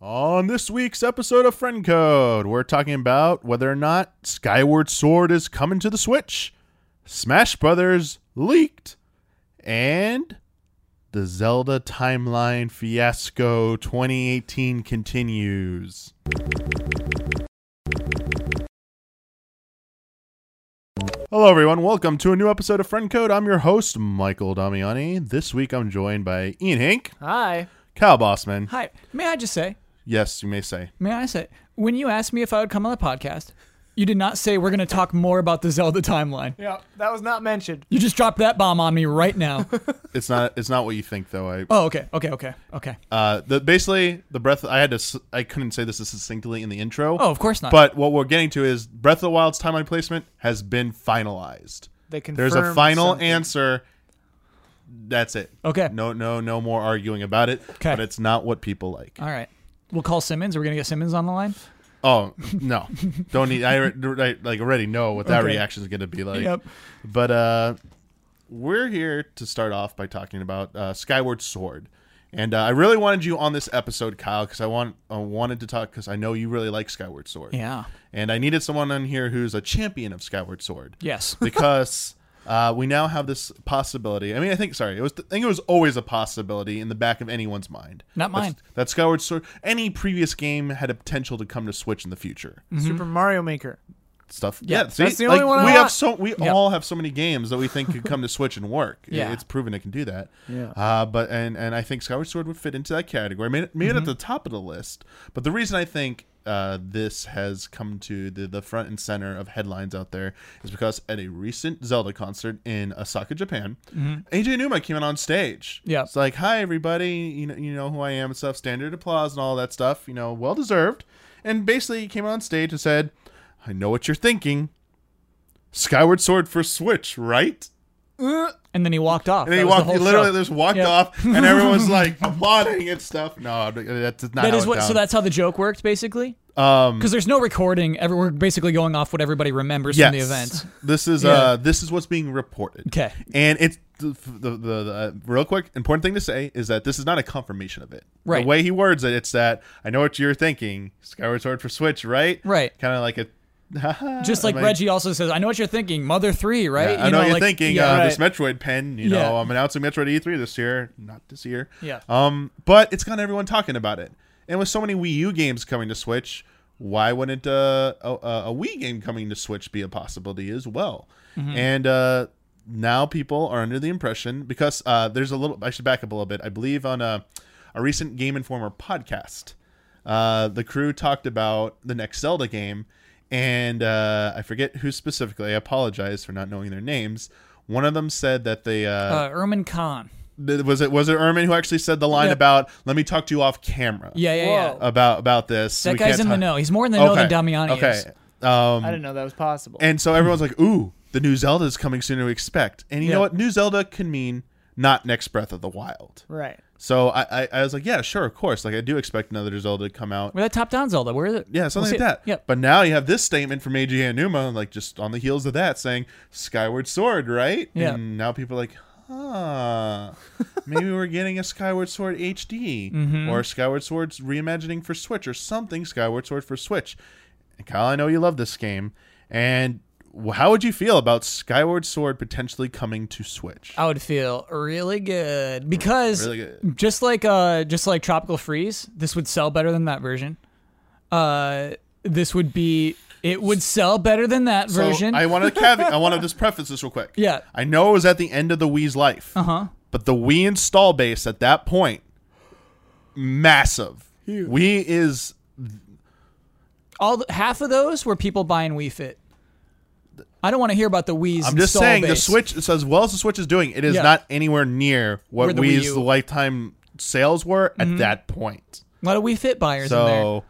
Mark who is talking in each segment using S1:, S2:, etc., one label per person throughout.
S1: On this week's episode of Friend Code, we're talking about whether or not Skyward Sword is coming to the Switch, Smash Brothers leaked, and the Zelda timeline fiasco 2018 continues. Hello, everyone. Welcome to a new episode of Friend Code. I'm your host, Michael Damiani. This week, I'm joined by Ian Hink,
S2: Hi.
S1: Kyle Bossman.
S2: Hi. May I just say,
S1: Yes, you may say.
S2: may I say, when you asked me if I would come on the podcast, you did not say we're going to talk more about the Zelda timeline.
S3: Yeah, that was not mentioned.
S2: You just dropped that bomb on me right now.
S1: It's not. It's not what you think, though. I
S2: oh, okay. Okay. Okay. Okay.
S1: uh, the basically the breath. I had to. s- I couldn't say this succinctly in the intro.
S2: Oh, of course not.
S1: But what we're getting to is Breath of the Wild's timeline placement has been finalized.
S3: They confirmed.
S1: There's a final
S3: something.
S1: answer. That's it.
S2: Okay.
S1: No, no, no more arguing about it.
S2: Okay.
S1: But it's not what people like.
S2: All right. We'll call Simmons. We're going to get Simmons on the line.
S1: Oh no, don't need. I, alre- I like already know what that
S2: Okay.
S1: reaction is going to be like.
S2: Yep.
S1: But uh, we're here to start off by talking about uh, Skyward Sword, and uh, I really wanted you on this episode, Kyle, because I want I wanted to talk because I know you really like Skyward Sword.
S2: Yeah.
S1: And I needed someone on here who's a champion of Skyward Sword
S2: Yes.
S1: because. Uh, we now have this possibility. I mean, I think sorry, it was I think it was always a possibility in the back of anyone's mind.
S2: Not
S1: That's-
S2: mine.
S1: That Skyward Sword, any previous game had a potential to come to Switch in the future
S2: Mm-hmm.
S3: Super Mario Maker.
S1: stuff.
S2: Yeah,
S1: Yeah, see?
S3: that's the only
S1: Like,
S3: one I
S1: we have
S3: want.
S1: so we
S2: Yeah.
S1: all have so many games that we think could come to Switch and work. I-
S2: Yeah.
S1: it's proven it can do that.
S3: Yeah.
S1: Uh, but and and I think Skyward Sword would fit into that category. Made it, made it at the top of the list. But the reason I think uh, this has come to the, the front and center of headlines out there is because at a recent Zelda concert in Osaka, Japan, AJ Numa came out on stage.
S2: Yeah.
S1: it's like, "Hi everybody, you know you know who I am and stuff." Standard applause and all that stuff. You know, well deserved. And basically, he came on stage and said, "I know what you're thinking. Skyward Sword for Switch, right?"
S2: And then he walked off.
S1: And then he
S2: That was the
S1: walked. He
S2: whole
S1: literally
S2: show.
S1: just walked
S2: Yep.
S1: off, and everyone's like applauding and stuff. No, uh, that's not.
S2: That
S1: how
S2: is
S1: it
S2: what.
S1: sounds.
S2: So that's how the joke worked, basically.
S1: Um,
S2: Because there's no recording. Every, we're basically going off what everybody remembers
S1: yes.
S2: from the event.
S1: This is
S2: Yeah.
S1: uh, this is what's being reported.
S2: Okay.
S1: And it's the the, the, the uh, real quick important thing to say is that this is not a confirmation of it.
S2: Right.
S1: The way he words it, it's that I know what you're thinking. Skyward Sword for Switch, right?
S2: Right.
S1: Kind of like a. "Haha,
S2: Just like
S1: am I-
S2: Reggie also says, I know what you're thinking. Mother 3, right?
S1: Yeah, I know, what you're
S2: like-
S1: thinking
S2: Yeah.
S1: uh,
S3: right.
S1: this Metroid pen. You
S2: Yeah.
S1: know, I'm announcing Metroid E3 this year, not this year.
S2: Yeah.
S1: Um, but it's got everyone talking about it, and with so many Wii U games coming to Switch, why wouldn't uh, a, a a Wii game coming to Switch be a possibility as well? And uh, now people are under the impression because uh, there's a little. I should back up a little bit. I believe on a a recent Game Informer podcast, uh, the crew talked about the next Zelda game, and uh, I forget who specifically. I apologize for not knowing their names. One of them said that they uh,
S2: Uh, Ermin Khan.
S1: th- was it was it Ermin who actually said the line
S2: Yeah.
S1: about "Let me talk to you off camera."
S2: Yeah, yeah, yeah.
S3: Whoa.
S1: about about this.
S2: That
S1: We
S2: guy's
S1: can't
S2: in the
S1: talk-
S2: know. He's more in the know than Damiani
S1: okay.
S2: is.
S3: I didn't
S1: Um,
S3: know that was possible.
S1: and so everyone's like, "Ooh, the new Zelda is coming sooner than we expect." And you
S2: Yeah.
S1: know what? New Zelda can mean not next Breath of the Wild.
S3: right.
S1: So I, I I was like, "Yeah, sure, of course." Like I do expect another Zelda to come out.
S2: Where that top down Zelda? Where is it?
S1: Yeah, something
S2: We'll see
S1: like
S2: it.
S1: that.
S2: Yep.
S1: But now you have this statement from AJ Anuma, like just on the heels of that, saying Skyward Sword, right?
S2: Yeah.
S1: And now people are like, huh, maybe we're getting a Skyward Sword HD
S2: Mm-hmm.
S1: or Skyward Sword's reimagining for Switch or something Skyward Sword for Switch. And Kyle, I know you love this game. And wh- how would you feel about Skyward Sword potentially coming to Switch?
S2: I would feel really good because
S1: Really good.
S2: just like uh just like Tropical Freeze, this would sell better than that version. Uh this would be it would sell better than that
S1: So
S2: version.
S1: I want to caveat. I want to just preface this real quick.
S2: Yeah.
S1: I know it was at the end of the Wii's life.
S2: uh-huh.
S1: But the Wii install base at that point, massive. Wii is
S2: All the, half of those were people buying Wii Fit. I don't want to hear about the Wii's.
S1: I'm just
S2: install
S1: saying the
S2: base.
S1: Switch so as well as the Switch is doing, it is
S2: Yeah.
S1: not anywhere near what
S2: Where the Wii
S1: Wii's
S2: U-
S1: lifetime sales were at that point.
S2: A lot of Wii Fit buyers in there.
S1: So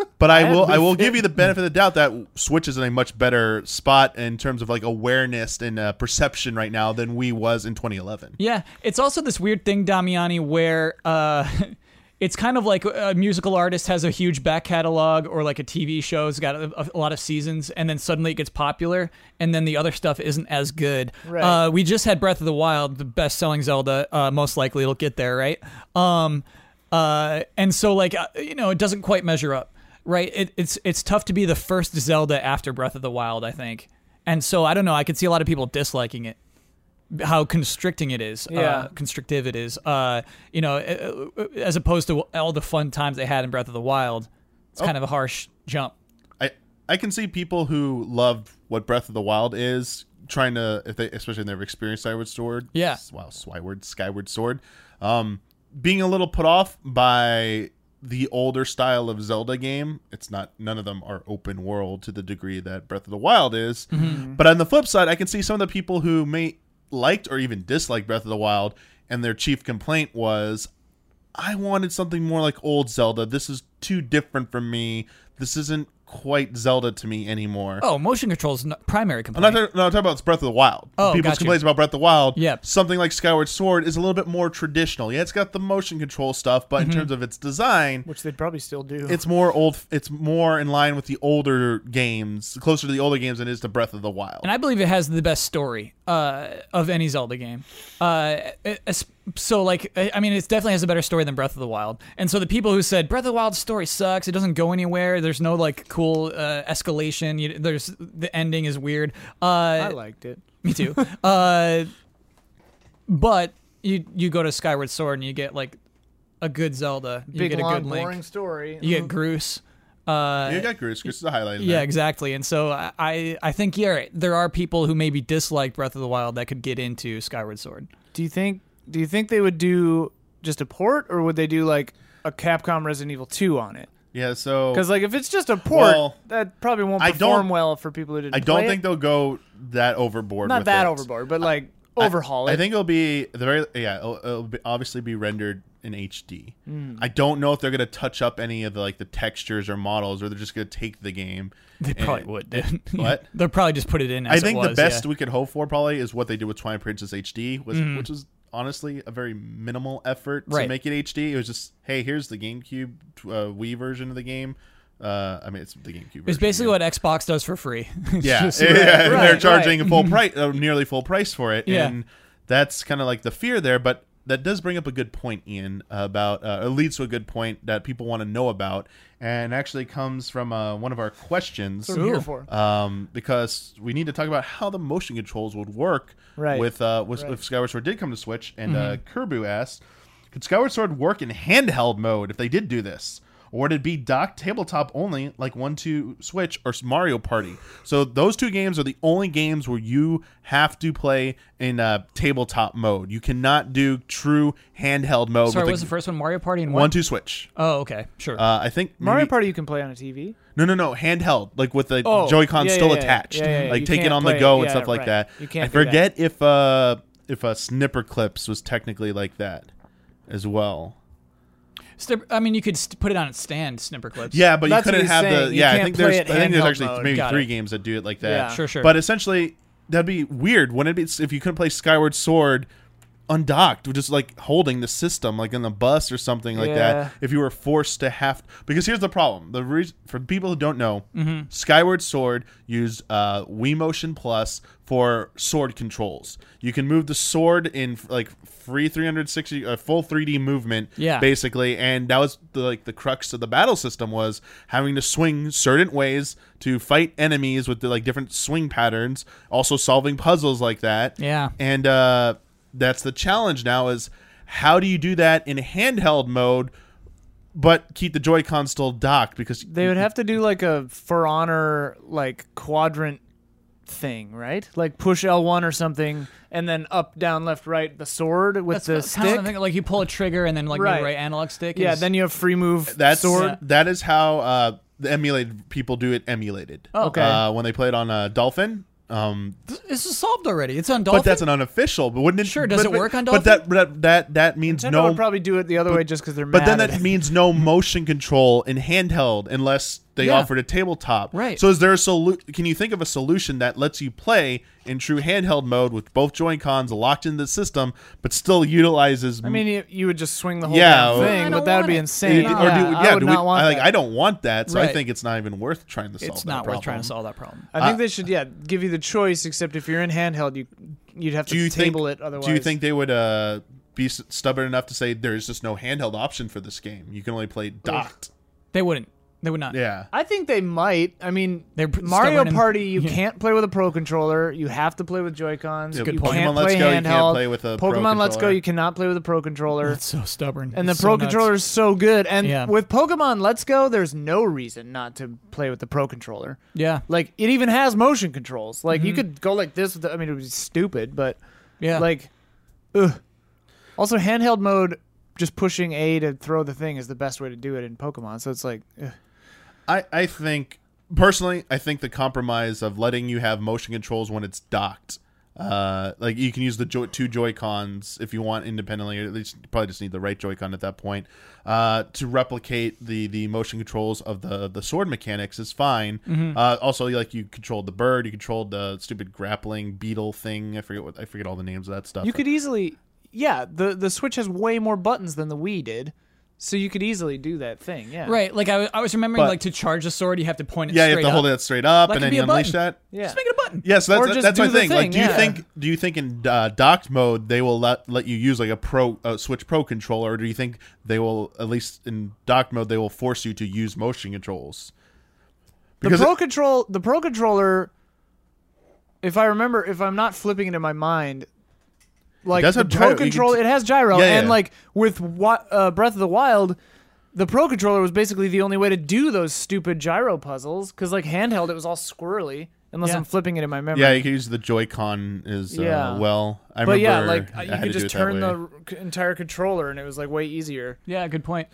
S1: but I will
S3: had
S1: I will
S3: Wii
S1: give you the benefit of the doubt that Switch is in a much better spot in terms of like awareness and uh, perception right now than Wii was in 2011.
S2: Yeah, it's also this weird thing, Damiani, where uh, it's kind of like a musical artist has a huge back catalog, or like a TV show's got a, a lot of seasons, and then suddenly it gets popular, and then the other stuff isn't as good.
S3: Right.
S2: Uh, we just had Breath of the Wild, the best-selling Zelda. Uh, most likely, it'll get there, right? Um, Uh, and so like uh, you know, it doesn't quite measure up, right? It, it's it's tough to be the first Zelda after Breath of the Wild, I think. And so I don't know. I could see a lot of people disliking it how constricting it is,
S3: Yeah.
S2: uh, constrictive it is. Uh, you know, uh, uh, as opposed to all the fun times they had in Breath of the Wild, it's kind of a harsh jump.
S1: I I can see people who love what Breath of the Wild is trying to if they especially if they've experienced Skyward Sword.
S2: Yeah.
S1: Wow, Skyward Skyward Sword. Um being a little put off by the older style of Zelda game. It's not none of them are open world to the degree that Breath of the Wild is. But on the flip side, I can see some of the people who may liked or even disliked Breath of the Wild and their chief complaint was I wanted something more like old Zelda. This is too different from me. This isn't quite Zelda to me anymore.
S2: Oh, motion controls n- primary
S1: I'm not
S2: complaint.
S1: talking, no, I'm talking about Breath of the Wild.
S2: Oh,
S1: People's
S2: got you.
S1: complaints about Breath of the Wild.
S2: Yep.
S1: Something like Skyward Sword is a little bit more traditional. Yeah, it's got the motion control stuff, but in terms of its design,
S3: which they'd probably still do.
S1: it's more old. It's more in line with the older games, closer to the older games than it is to Breath of the Wild.
S2: and I believe it has the best story uh, of any Zelda game. Uh, es- so, like, e, I I mean, it definitely has a better story than Breath of the Wild. And so, the people who said Breath of the Wild's story sucks, it doesn't go anywhere. There's no like cool uh, escalation. You, there's the ending is weird. Uh,
S3: I liked it.
S2: Me too. uh, but you you go to Skyward Sword and you get like a good Zelda. You
S3: Big
S2: get
S3: long
S2: a good Link.
S3: boring story. Mm-hmm.
S2: You get Groose. Uh,
S1: you got Chris. Chris is a highlight. in
S2: yeah,
S1: there.
S2: exactly. And so I- I I think yeah, right, there are people who maybe dislike Breath of the Wild that could get into Skyward Sword.
S3: Do you think? Do you think they would do just a port, or would they do like a Capcom Resident Evil 2 on it?
S1: yeah. So
S3: Because like if it's just a port,
S1: Well,
S3: that probably won't
S1: I
S3: perform
S1: don't-
S3: well for people who didn't.
S1: I don't
S3: play
S1: think
S3: it.
S1: they'll go that overboard.
S3: not
S1: with
S3: that
S1: it.
S3: overboard, but like overhaul
S1: I,
S3: it.
S1: I think it'll be the very yeah. It'll, it'll be, obviously be rendered in HD.
S2: Hmm.
S1: I don't know if they're gonna touch up any of the like the textures or models, or they're just gonna take the game.
S2: They
S1: and-
S2: probably would. dude.
S1: What?
S2: They'll probably just put it in. As
S1: I
S2: it
S1: think the
S2: was,
S1: best
S2: yeah. Mm-hmm.
S1: we could hope for probably is what they did with Twilight Princess HD, was, which was honestly a very minimal effort to
S2: Right.
S1: make it HD. It was just hey, here's the GameCube uh, Wii version of the game. Uh, I mean, it's the GameCube. version
S2: It's basically
S1: what.
S2: what Xbox does for free. It's
S1: yeah,
S2: just-
S1: yeah, and
S3: right,
S1: they're
S3: right. Mm-hmm.
S1: charging a full price, uh, nearly full price for it,
S2: Yeah.
S1: and that's kind of like the fear there. But that does bring up a good point, Ian, about uh, it leads to a good point that people want to know about, and actually comes from uh, one of our questions
S3: That's what I'm here
S2: Ooh.
S3: for.
S1: um, because we need to talk about how the motion controls would work
S3: Right.
S1: with, uh, with if Skyward Sword did come to Switch. And uh, Kerbu asked, could Skyward Sword work in handheld mode if they did do this? Or would it be docked tabletop only, like One Two Switch or Mario Party? So those two games are the only games where you have to play in uh, tabletop mode. You cannot do true handheld mode.
S2: Sorry, what was
S1: with
S2: the first one? Mario Party and
S1: One
S2: what?
S1: Two Switch.
S2: Oh, okay, sure.
S1: Uh, I think
S3: Mario
S1: maybe-
S3: Party you can play on a TV.
S1: no, no, no. Handheld, like with the
S3: Oh,
S1: Joy-Con
S3: yeah,
S1: still
S3: yeah, yeah.
S1: attached,
S3: Yeah, yeah, yeah.
S1: like
S3: You
S1: take it
S3: can't
S1: on the
S3: play
S1: go
S3: it.
S1: and
S3: Yeah,
S1: stuff like
S3: right.
S1: that.
S3: You can't
S1: I
S3: do that.
S1: forget if uh if uh, snipper clips was technically like that as well.
S2: Snip- I mean, you could st- put it on its stand, snipper clips.
S1: Yeah, but
S3: That's
S1: you
S3: what
S1: couldn't
S3: he's
S1: have the
S3: saying. You
S1: yeah. I
S3: can't
S1: think
S3: play
S1: there's I
S3: it
S1: think there's
S3: handheld
S1: actually
S3: mode.
S1: maybe
S2: Got
S1: three
S2: it.
S1: games that do it like that.
S3: Yeah.
S2: Sure, sure.
S1: But essentially, that'd be weird. Wouldn't it be if you couldn't play Skyward Sword undocked, just like holding the system, like in the bus or something like
S3: Yeah.
S1: that? If you were forced to have, because here's the problem: the reason for people who don't know,
S2: Mm-hmm.
S1: Skyward Sword used uh, Wii Motion Plus for sword controls. You can move the sword in like free 360, uh, full 3D movement,
S2: Yeah.
S1: basically, and that was the, like the crux of the battle system was having to swing certain ways to fight enemies with the, like different swing patterns, also solving puzzles like that.
S2: Yeah.
S1: And uh, that's the challenge now is how do you do that in handheld mode, but keep the Joy-Con still docked because
S3: They would have to do like a For Honor like quadrant thing, right? Like push L1 or something, and then up, down, left, right, the sword with
S2: That's
S3: the
S2: kind of
S3: stick.
S2: the thing, Like you pull a trigger and then like
S3: Right.
S2: the right analog stick.
S3: yeah,
S2: is-
S3: then you have free move
S1: that's
S3: sword.
S1: that is how uh, the emulated people do it emulated.
S2: Oh.
S3: Okay.
S1: Uh, when they play it on uh, Dolphin, um,
S2: This is solved already. It's on Dolphin.
S1: but that's an unofficial. But wouldn't it?
S2: Sure, does
S1: but-
S2: it
S1: but-
S2: work on
S1: But that but that that means
S3: Nintendo
S1: no.
S3: would probably do it the other way just because they're
S1: But
S3: mad.
S1: then
S3: at
S1: that
S3: it.
S1: means no motion control in handheld unless they
S2: Yeah.
S1: offered a tabletop.
S2: Right.
S1: So is there a solution? Can you think of a solution that lets you play in true handheld mode with both Joy Cons locked in the system, but still utilizes?
S3: I mean, you, you would just swing the whole
S1: Yeah,
S3: damn
S1: well-
S2: I
S3: thing,
S2: don't
S3: but that would
S2: want
S3: be
S2: it.
S3: insane.
S2: Yeah,
S1: or do,
S3: Yeah,
S1: yeah,
S3: I would
S1: do we,
S3: not want
S1: I, like,
S3: that.
S1: I don't want that, so I
S2: Right.
S1: think it's not even worth trying to solve.
S2: it's
S1: that
S2: not worth trying
S1: problem.
S2: to solve that problem.
S3: I
S1: uh,
S3: think they should, yeah, give you the choice. Except if you're in handheld, you you'd have to
S1: Do you
S3: table
S1: think?
S3: it otherwise.
S1: Do you think they would uh, be s- stubborn enough to say there is just no handheld option for this game. You can only play dot.
S2: They wouldn't. They would not.
S1: Yeah.
S3: I think they might. I mean,
S2: They're pr-
S3: Mario
S2: stubborn and-
S3: Party. You
S2: yeah.
S3: can't play with a pro controller. You have to play with Joy Cons.
S1: Yeah,
S2: good
S3: you
S2: point.
S1: Pokemon
S3: can't
S1: Let's
S3: play
S1: Go, you
S3: handheld.
S1: can't play with a
S3: Pokemon
S1: pro
S3: Let's Go.
S1: controller.
S3: You cannot play with a pro controller.
S2: It's so stubborn.
S3: And the
S2: It's so
S3: pro
S2: nuts.
S3: controller is so good. And
S2: Yeah.
S3: with Pokemon Let's Go, there's no reason not to play with the pro controller.
S2: Yeah.
S3: Like it even has motion controls. Like you could go like this. With the, I mean, it would be stupid, but
S2: Mm-hmm. Yeah.
S3: like, ugh. Also, handheld mode, just pushing A to throw the thing is the best way to do it in Pokemon. So it's like, ugh.
S1: I, I think personally, I think the compromise of letting you have motion controls when it's docked, uh, like you can use the joy, two Joy Cons if you want independently, or at least you probably just need the right Joy Con at that point, uh, to replicate the the motion controls of the the sword mechanics is fine.
S2: Mm-hmm.
S1: Uh, also, like you controlled the bird, you controlled the stupid grappling beetle thing. I forget what I forget all the names of that stuff.
S3: you could easily, yeah. The the Switch has way more buttons than the Wii did, so you could easily do that thing. Yeah.
S2: right. Like I, wa- I was remembering,
S1: But-
S2: like to charge a sword, you have to point it.
S1: yeah, you
S2: straight
S1: have to
S2: up.
S1: hold it straight up
S2: That
S1: and
S2: could
S1: then
S2: be
S1: you
S2: a
S1: unleash
S2: button.
S1: that.
S3: Yeah.
S2: Just make it a button.
S1: Yes,
S3: Or
S1: that's
S3: just
S1: that's
S3: do
S1: my
S3: the
S1: thing. Like,
S3: thing,
S1: do you
S3: yeah.
S1: think do you think in uh, docked mode they will let let you use like a pro uh, Switch Pro controller, or do you think they will at least in docked mode they will force you to use motion controls?
S3: The
S1: Because
S3: pro
S1: it-
S3: control, the pro controller. If I remember, if I'm not flipping it in my mind, like
S1: does
S3: the
S1: have gyro.
S3: pro
S1: You can
S3: control,
S1: t-
S3: it has gyro,
S1: Yeah,
S3: and
S1: yeah.
S3: like with Wi- uh, Breath of the Wild, the pro controller was basically the only way to do those stupid gyro puzzles because like handheld, it was all squirrely unless
S2: Yeah.
S3: I'm flipping it in my memory.
S1: yeah, you can use the Joy-Con as uh,
S3: Yeah.
S1: well. I
S3: but yeah,
S1: remember
S3: like uh,
S1: I
S3: you
S1: had
S3: could
S1: to do
S3: just
S1: it that
S3: turn
S1: way.
S3: the r- c- entire controller, and it was like way easier.
S2: Yeah. Good point.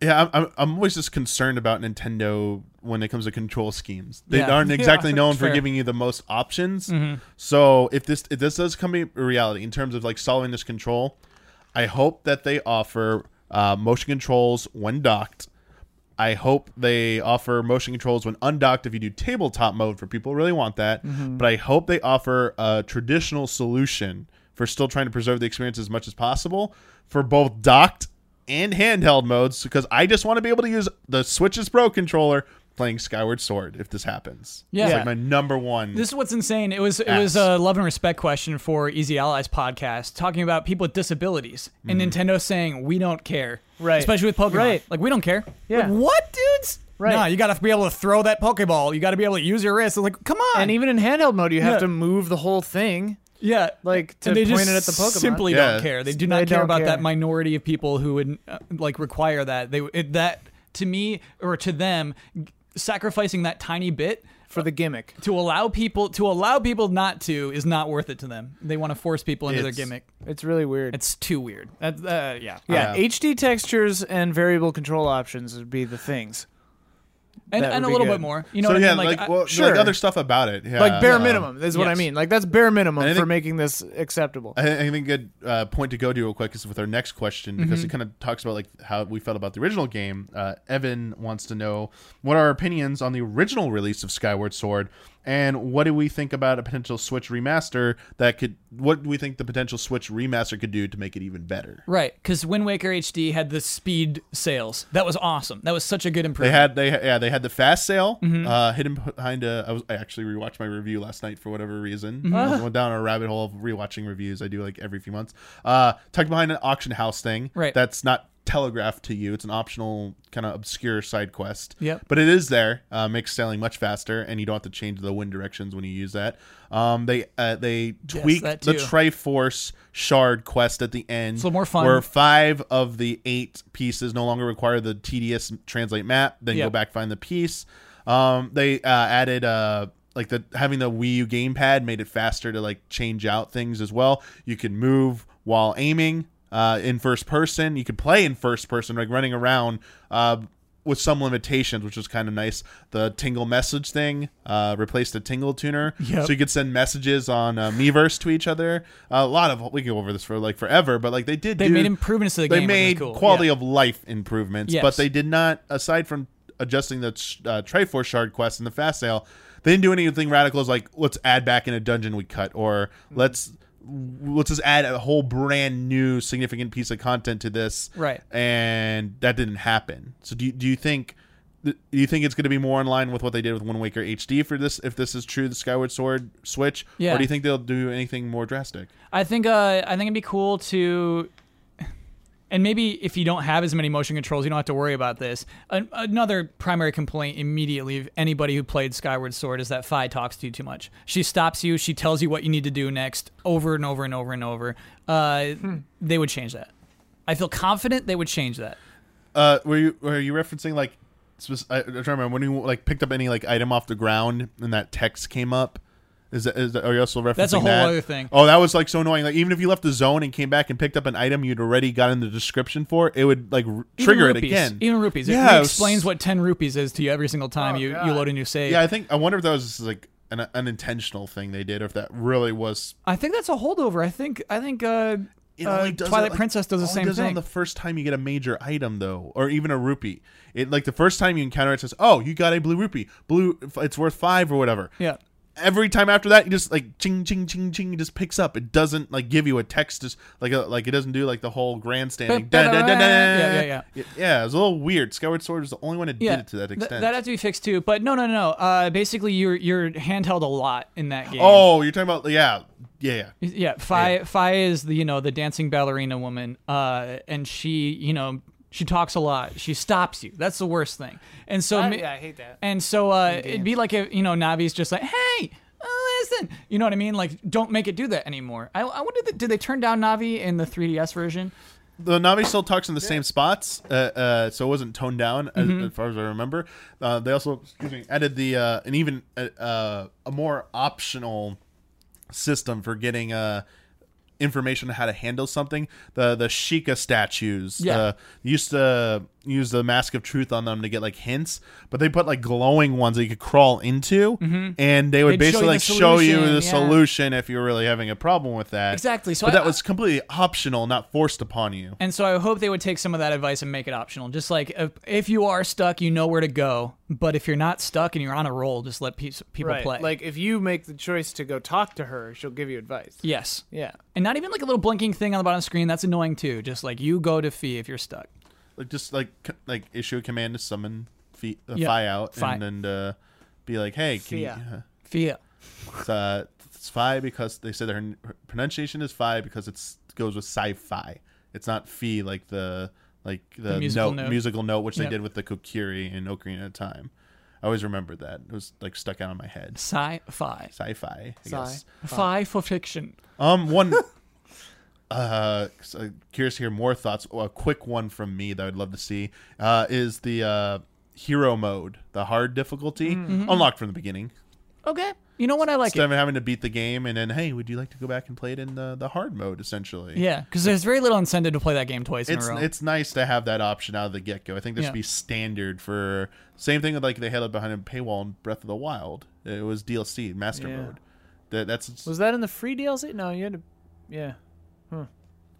S1: Yeah, I'm- I'm, I'm always just concerned about Nintendo when it comes to control schemes. They
S2: Yeah.
S1: aren't
S2: Yeah,
S1: exactly known for
S2: fair. Mm-hmm.
S1: giving you the most options. So if this if this does come a reality in terms of like solving this control, I hope that they offer uh, motion controls when docked. I hope they offer motion controls when undocked if you do tabletop mode for people who really want that.
S2: Mm-hmm.
S1: But I hope they offer a traditional solution for still trying to preserve the experience as much as possible for both docked and handheld modes because I just want to be able to use the Switch's Pro controller playing Skyward Sword if this happens.
S2: Yeah.
S1: It's like my number one.
S2: This is what's insane. It was it was
S1: Ass.
S2: a love and respect question for Easy Allies podcast talking about people with disabilities and Nintendo saying we don't care,
S3: Mm. Right.
S2: Especially with Pokemon,
S3: Right.
S2: Like we don't care.
S3: Yeah.
S2: Like, what dudes?
S3: Right.
S2: No, you got to be able to throw that Pokeball. You got to be able to use your wrist. It's like, come on.
S3: And e- even in handheld mode, you have
S2: Yeah.
S3: to move the whole thing.
S2: yeah.
S3: Like, to
S2: and they
S3: point
S2: just
S3: it at the Pokemon.
S2: Simply
S1: Yeah.
S2: don't care. They do not
S3: They
S2: care
S3: don't
S2: about
S3: care.
S2: that minority of people who would uh, like require that. They it, that to me or to them g- sacrificing that tiny bit
S3: For the gimmick,
S2: to allow people to allow people not to is not worth it to them. They want to force people into
S1: It's-
S2: their gimmick.
S3: it's really weird.
S2: It's too weird. That, uh, yeah.
S1: Yeah.
S3: yeah, HD textures and variable control options would be the things.
S2: and,
S3: that
S2: and
S3: would
S2: a
S3: be
S2: little
S3: good.
S2: bit more. You know
S1: so
S2: what
S1: yeah,
S2: I mean?
S1: like,
S2: I-
S1: well,
S3: sure.
S1: like other stuff about it. Yeah,
S3: like bare
S1: uh,
S3: minimum is what I
S2: yes.
S3: mean. Like that's bare minimum
S1: And I
S3: for
S1: think-
S3: making this acceptable.
S1: I think I think a good uh, point to go to real quick is with our next question because it kind of talks about like how we felt about the original game. Uh, Evan wants to know what are our opinions on the original release of Skyward Sword, and what do we think about a potential Switch remaster that could? What do we think the potential Switch remaster could do to make it even better?
S2: right, because Wind Waker HD had the speed sales. That was awesome. That was such a good
S1: They
S2: improvement.
S1: had they yeah they had the fast sale
S2: Mm-hmm.
S1: uh, hidden behind a. I was I actually rewatched my review last night for whatever reason.
S2: Mm-hmm.
S1: I went down a rabbit hole of rewatching reviews. I do like every few months. Uh, tucked behind an auction house thing.
S2: Right.
S1: That's not telegraphed to you. It's an optional kind of obscure side quest.
S2: Yep.
S1: But it is there. Uh, makes sailing much faster, and you don't have to change the wind directions when you use that. Um, they uh, they tweaked
S2: that
S1: the
S2: too.
S1: Triforce Shard quest at the end.
S2: So more fun.
S1: Where five of the eight pieces no longer require the tedious translate map. Then
S2: Yeah.
S1: go back find the piece. Um, they uh, added uh, like the having the Wii U gamepad made it faster to like change out things as well. You can move while aiming uh, in first person. You could play in first person, like running around. Uh, with some limitations, which was kind of nice. The tingle message thing uh, replaced the tingle tuner,
S2: Yep.
S1: so you could send messages on uh, Miiverse to each other. a lot of we can go over this for like forever, but like they did.
S2: They
S1: do-
S2: made improvements to the
S1: they
S2: game, which is
S1: made
S2: cool.
S1: quality
S2: Yeah.
S1: of life improvements,
S2: Yes.
S1: but they did not. Aside from adjusting the uh, Triforce shard quest and the fast sale, they didn't do anything radical. As like let's add back in a dungeon we cut, or
S2: Mm-hmm.
S1: let's let's just add a whole brand new significant piece of content to this,
S2: Right.
S1: And that didn't happen. So do you, do you think? Do you think it's going to be more in line with what they did with Wind Waker HD for this? If this is true, the Skyward Sword Switch,
S2: Yeah.
S1: or do you think they'll do anything more drastic?
S2: I think uh, I think it'd be cool to And maybe if you don't have as many motion controls, you don't have to worry about this. An- another primary complaint immediately of anybody who played Skyward Sword is that Fi talks to you too much. She stops you. She tells you what you need to do next over and over and over and over. Uh,
S1: Hmm.
S2: They would change that. I feel confident they would change that.
S1: Uh, were you were you referencing like? spec- I, I don't remember when you like picked up any like item off the ground and that text came up. Is that, is that are you also referencing
S2: That's a whole
S1: that?
S2: other thing.
S1: Oh, that was like so annoying. Like even if you left the zone and came back and picked up an item you'd already gotten the description for, it would like r-
S2: Even
S1: trigger it
S2: rupees.
S1: again.
S2: Even rupees. It
S1: Yeah, it was-
S2: explains what 10 rupees is to you every single time
S3: Oh,
S2: you,
S3: God.
S2: you load a new save.
S1: yeah, I think I wonder if that was just, like an unintentional thing they did, or if that really was.
S2: I think that's a holdover. I think I think uh,
S1: It
S2: uh,
S1: only does
S2: Twilight
S1: it, like-
S2: Princess does the
S1: only
S2: same
S1: does it on
S2: thing.
S1: the first time you get a major item though, or even a rupee. It like the first time you encounter it says, "Oh, you got a blue rupee. Blue, it's worth five or whatever."
S2: yeah.
S1: every time after that, you just like ching ching ching ching. It just picks up. It doesn't like give you a text. Just like a, like it doesn't do like the whole grandstanding.
S2: Ba-
S1: Dun, dun, dun, dun.
S2: Yeah, yeah,
S1: yeah. Yeah, it was a little weird. Skyward Sword was the only one that did it to that
S2: th-
S1: extent.
S2: that has to be fixed too. But no, no, no. Uh, basically, you're you're handheld a lot in that game.
S1: oh, you're talking about yeah, yeah, yeah.
S2: yeah. Fi Fi is the you know the dancing ballerina woman, uh, and she you know she talks a lot. She stops you. That's the worst thing. And so ma-
S3: yeah, I hate that.
S2: And so uh, it'd be like if you know Navi's just like, hey, uh, listen, you know what I mean? Like, don't make it do that anymore. I, I wonder, did they turn down Navi in the 3DS version?
S1: The Navi still talks in the same spots, uh, uh, so it wasn't toned down as,
S2: Mm-hmm.
S1: as far as I remember. Uh, they also, excuse me, added the uh, an even uh, uh, a more optional system for getting uh, information on how to handle something. The the Sheikah statues
S2: Yeah.
S1: uh, used to use the mask of truth on them to get like hints, but they put like glowing ones that you could crawl into, and they would
S2: Mm-hmm. They'd
S1: basically
S2: show you
S1: like
S2: the
S1: show you the
S2: solution, yeah.
S1: solution if you're really having a problem with that.
S2: Exactly, so
S1: but
S2: I-
S1: that was completely optional, not forced upon you.
S2: And so I hope they would take some of that advice and make it optional. Just like if, if you are stuck, you know where to go. But if you're not stuck and you're on a roll, just let pe- people
S3: Right.
S2: play.
S3: Like if you make the choice to go talk to her, she'll give you advice.
S2: yes.
S3: Yeah.
S2: And not even like a little blinking thing on the bottom screen. That's annoying too. Just like you go to Fee if you're stuck.
S1: like just like c- like issue a command to summon fi, uh,
S2: Yeah,
S1: fi out
S2: Fi.
S1: and then uh, be like, hey, can you, uh,
S3: Fia.
S2: Fia.
S1: it's, uh, it's fi because they said her, n- her pronunciation is fi because it's goes with sci-fi. It's not fi like the like the,
S2: musical
S1: note,
S2: note.
S1: musical note which
S2: Yep.
S1: they did with the Kokiri in Ocarina of Time. I always remembered that. It was like stuck out on my head.
S2: Sci fi.
S1: Sci-fi, I
S3: Sci.
S1: guess.
S2: Fi for fiction.
S1: Um, one. uh, so curious to hear more thoughts. Oh, a quick one from me that I'd love to see uh, is the uh, hero mode, the hard difficulty, unlocked from the beginning.
S2: Okay. You know what? Mm-hmm. I like it.
S1: Instead of having to beat the game and then, hey, would you like to go back and play it in the, the hard mode? Essentially,
S2: Yeah, because there's very little incentive to play that game twice
S1: It's,
S2: in a row.
S1: it's nice to have that option out of the get go. I think this
S2: Yeah.
S1: should be standard for same thing with like they had it behind a paywall in Breath of the Wild. It was DLC master
S3: Yeah.
S1: mode. That that's
S3: Was that in the free DLC? No, you had to. Yeah.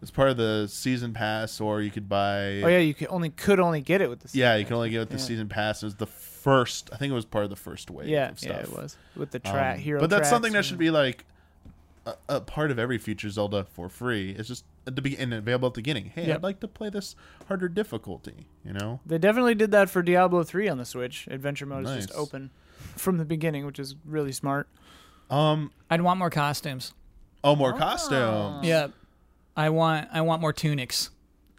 S1: it's part of the season pass, or you could buy.
S3: Oh yeah, you could only could only get it with the.
S1: Yeah, you can only get it with the
S3: Yeah.
S1: season pass. It was the first. I think it was part of the first wave.
S3: Yeah,
S1: of stuff.
S3: yeah, it was with the
S1: Um,
S3: track hero.
S1: but that's
S3: tracks
S1: something that
S3: and-
S1: should be like a, a part of every future Zelda for free. It's just at the beginning, available at the beginning. Hey,
S2: Yep.
S1: I'd like to play this harder difficulty. You know,
S3: They definitely did that for Diablo 3 on the Switch. Adventure mode is
S1: Nice.
S3: just open from the beginning, which is really smart.
S1: um,
S2: I'd want more costumes.
S1: oh,
S3: Ah.
S1: more
S3: Oh.
S1: costumes.
S2: Yeah, I want I want more tunics.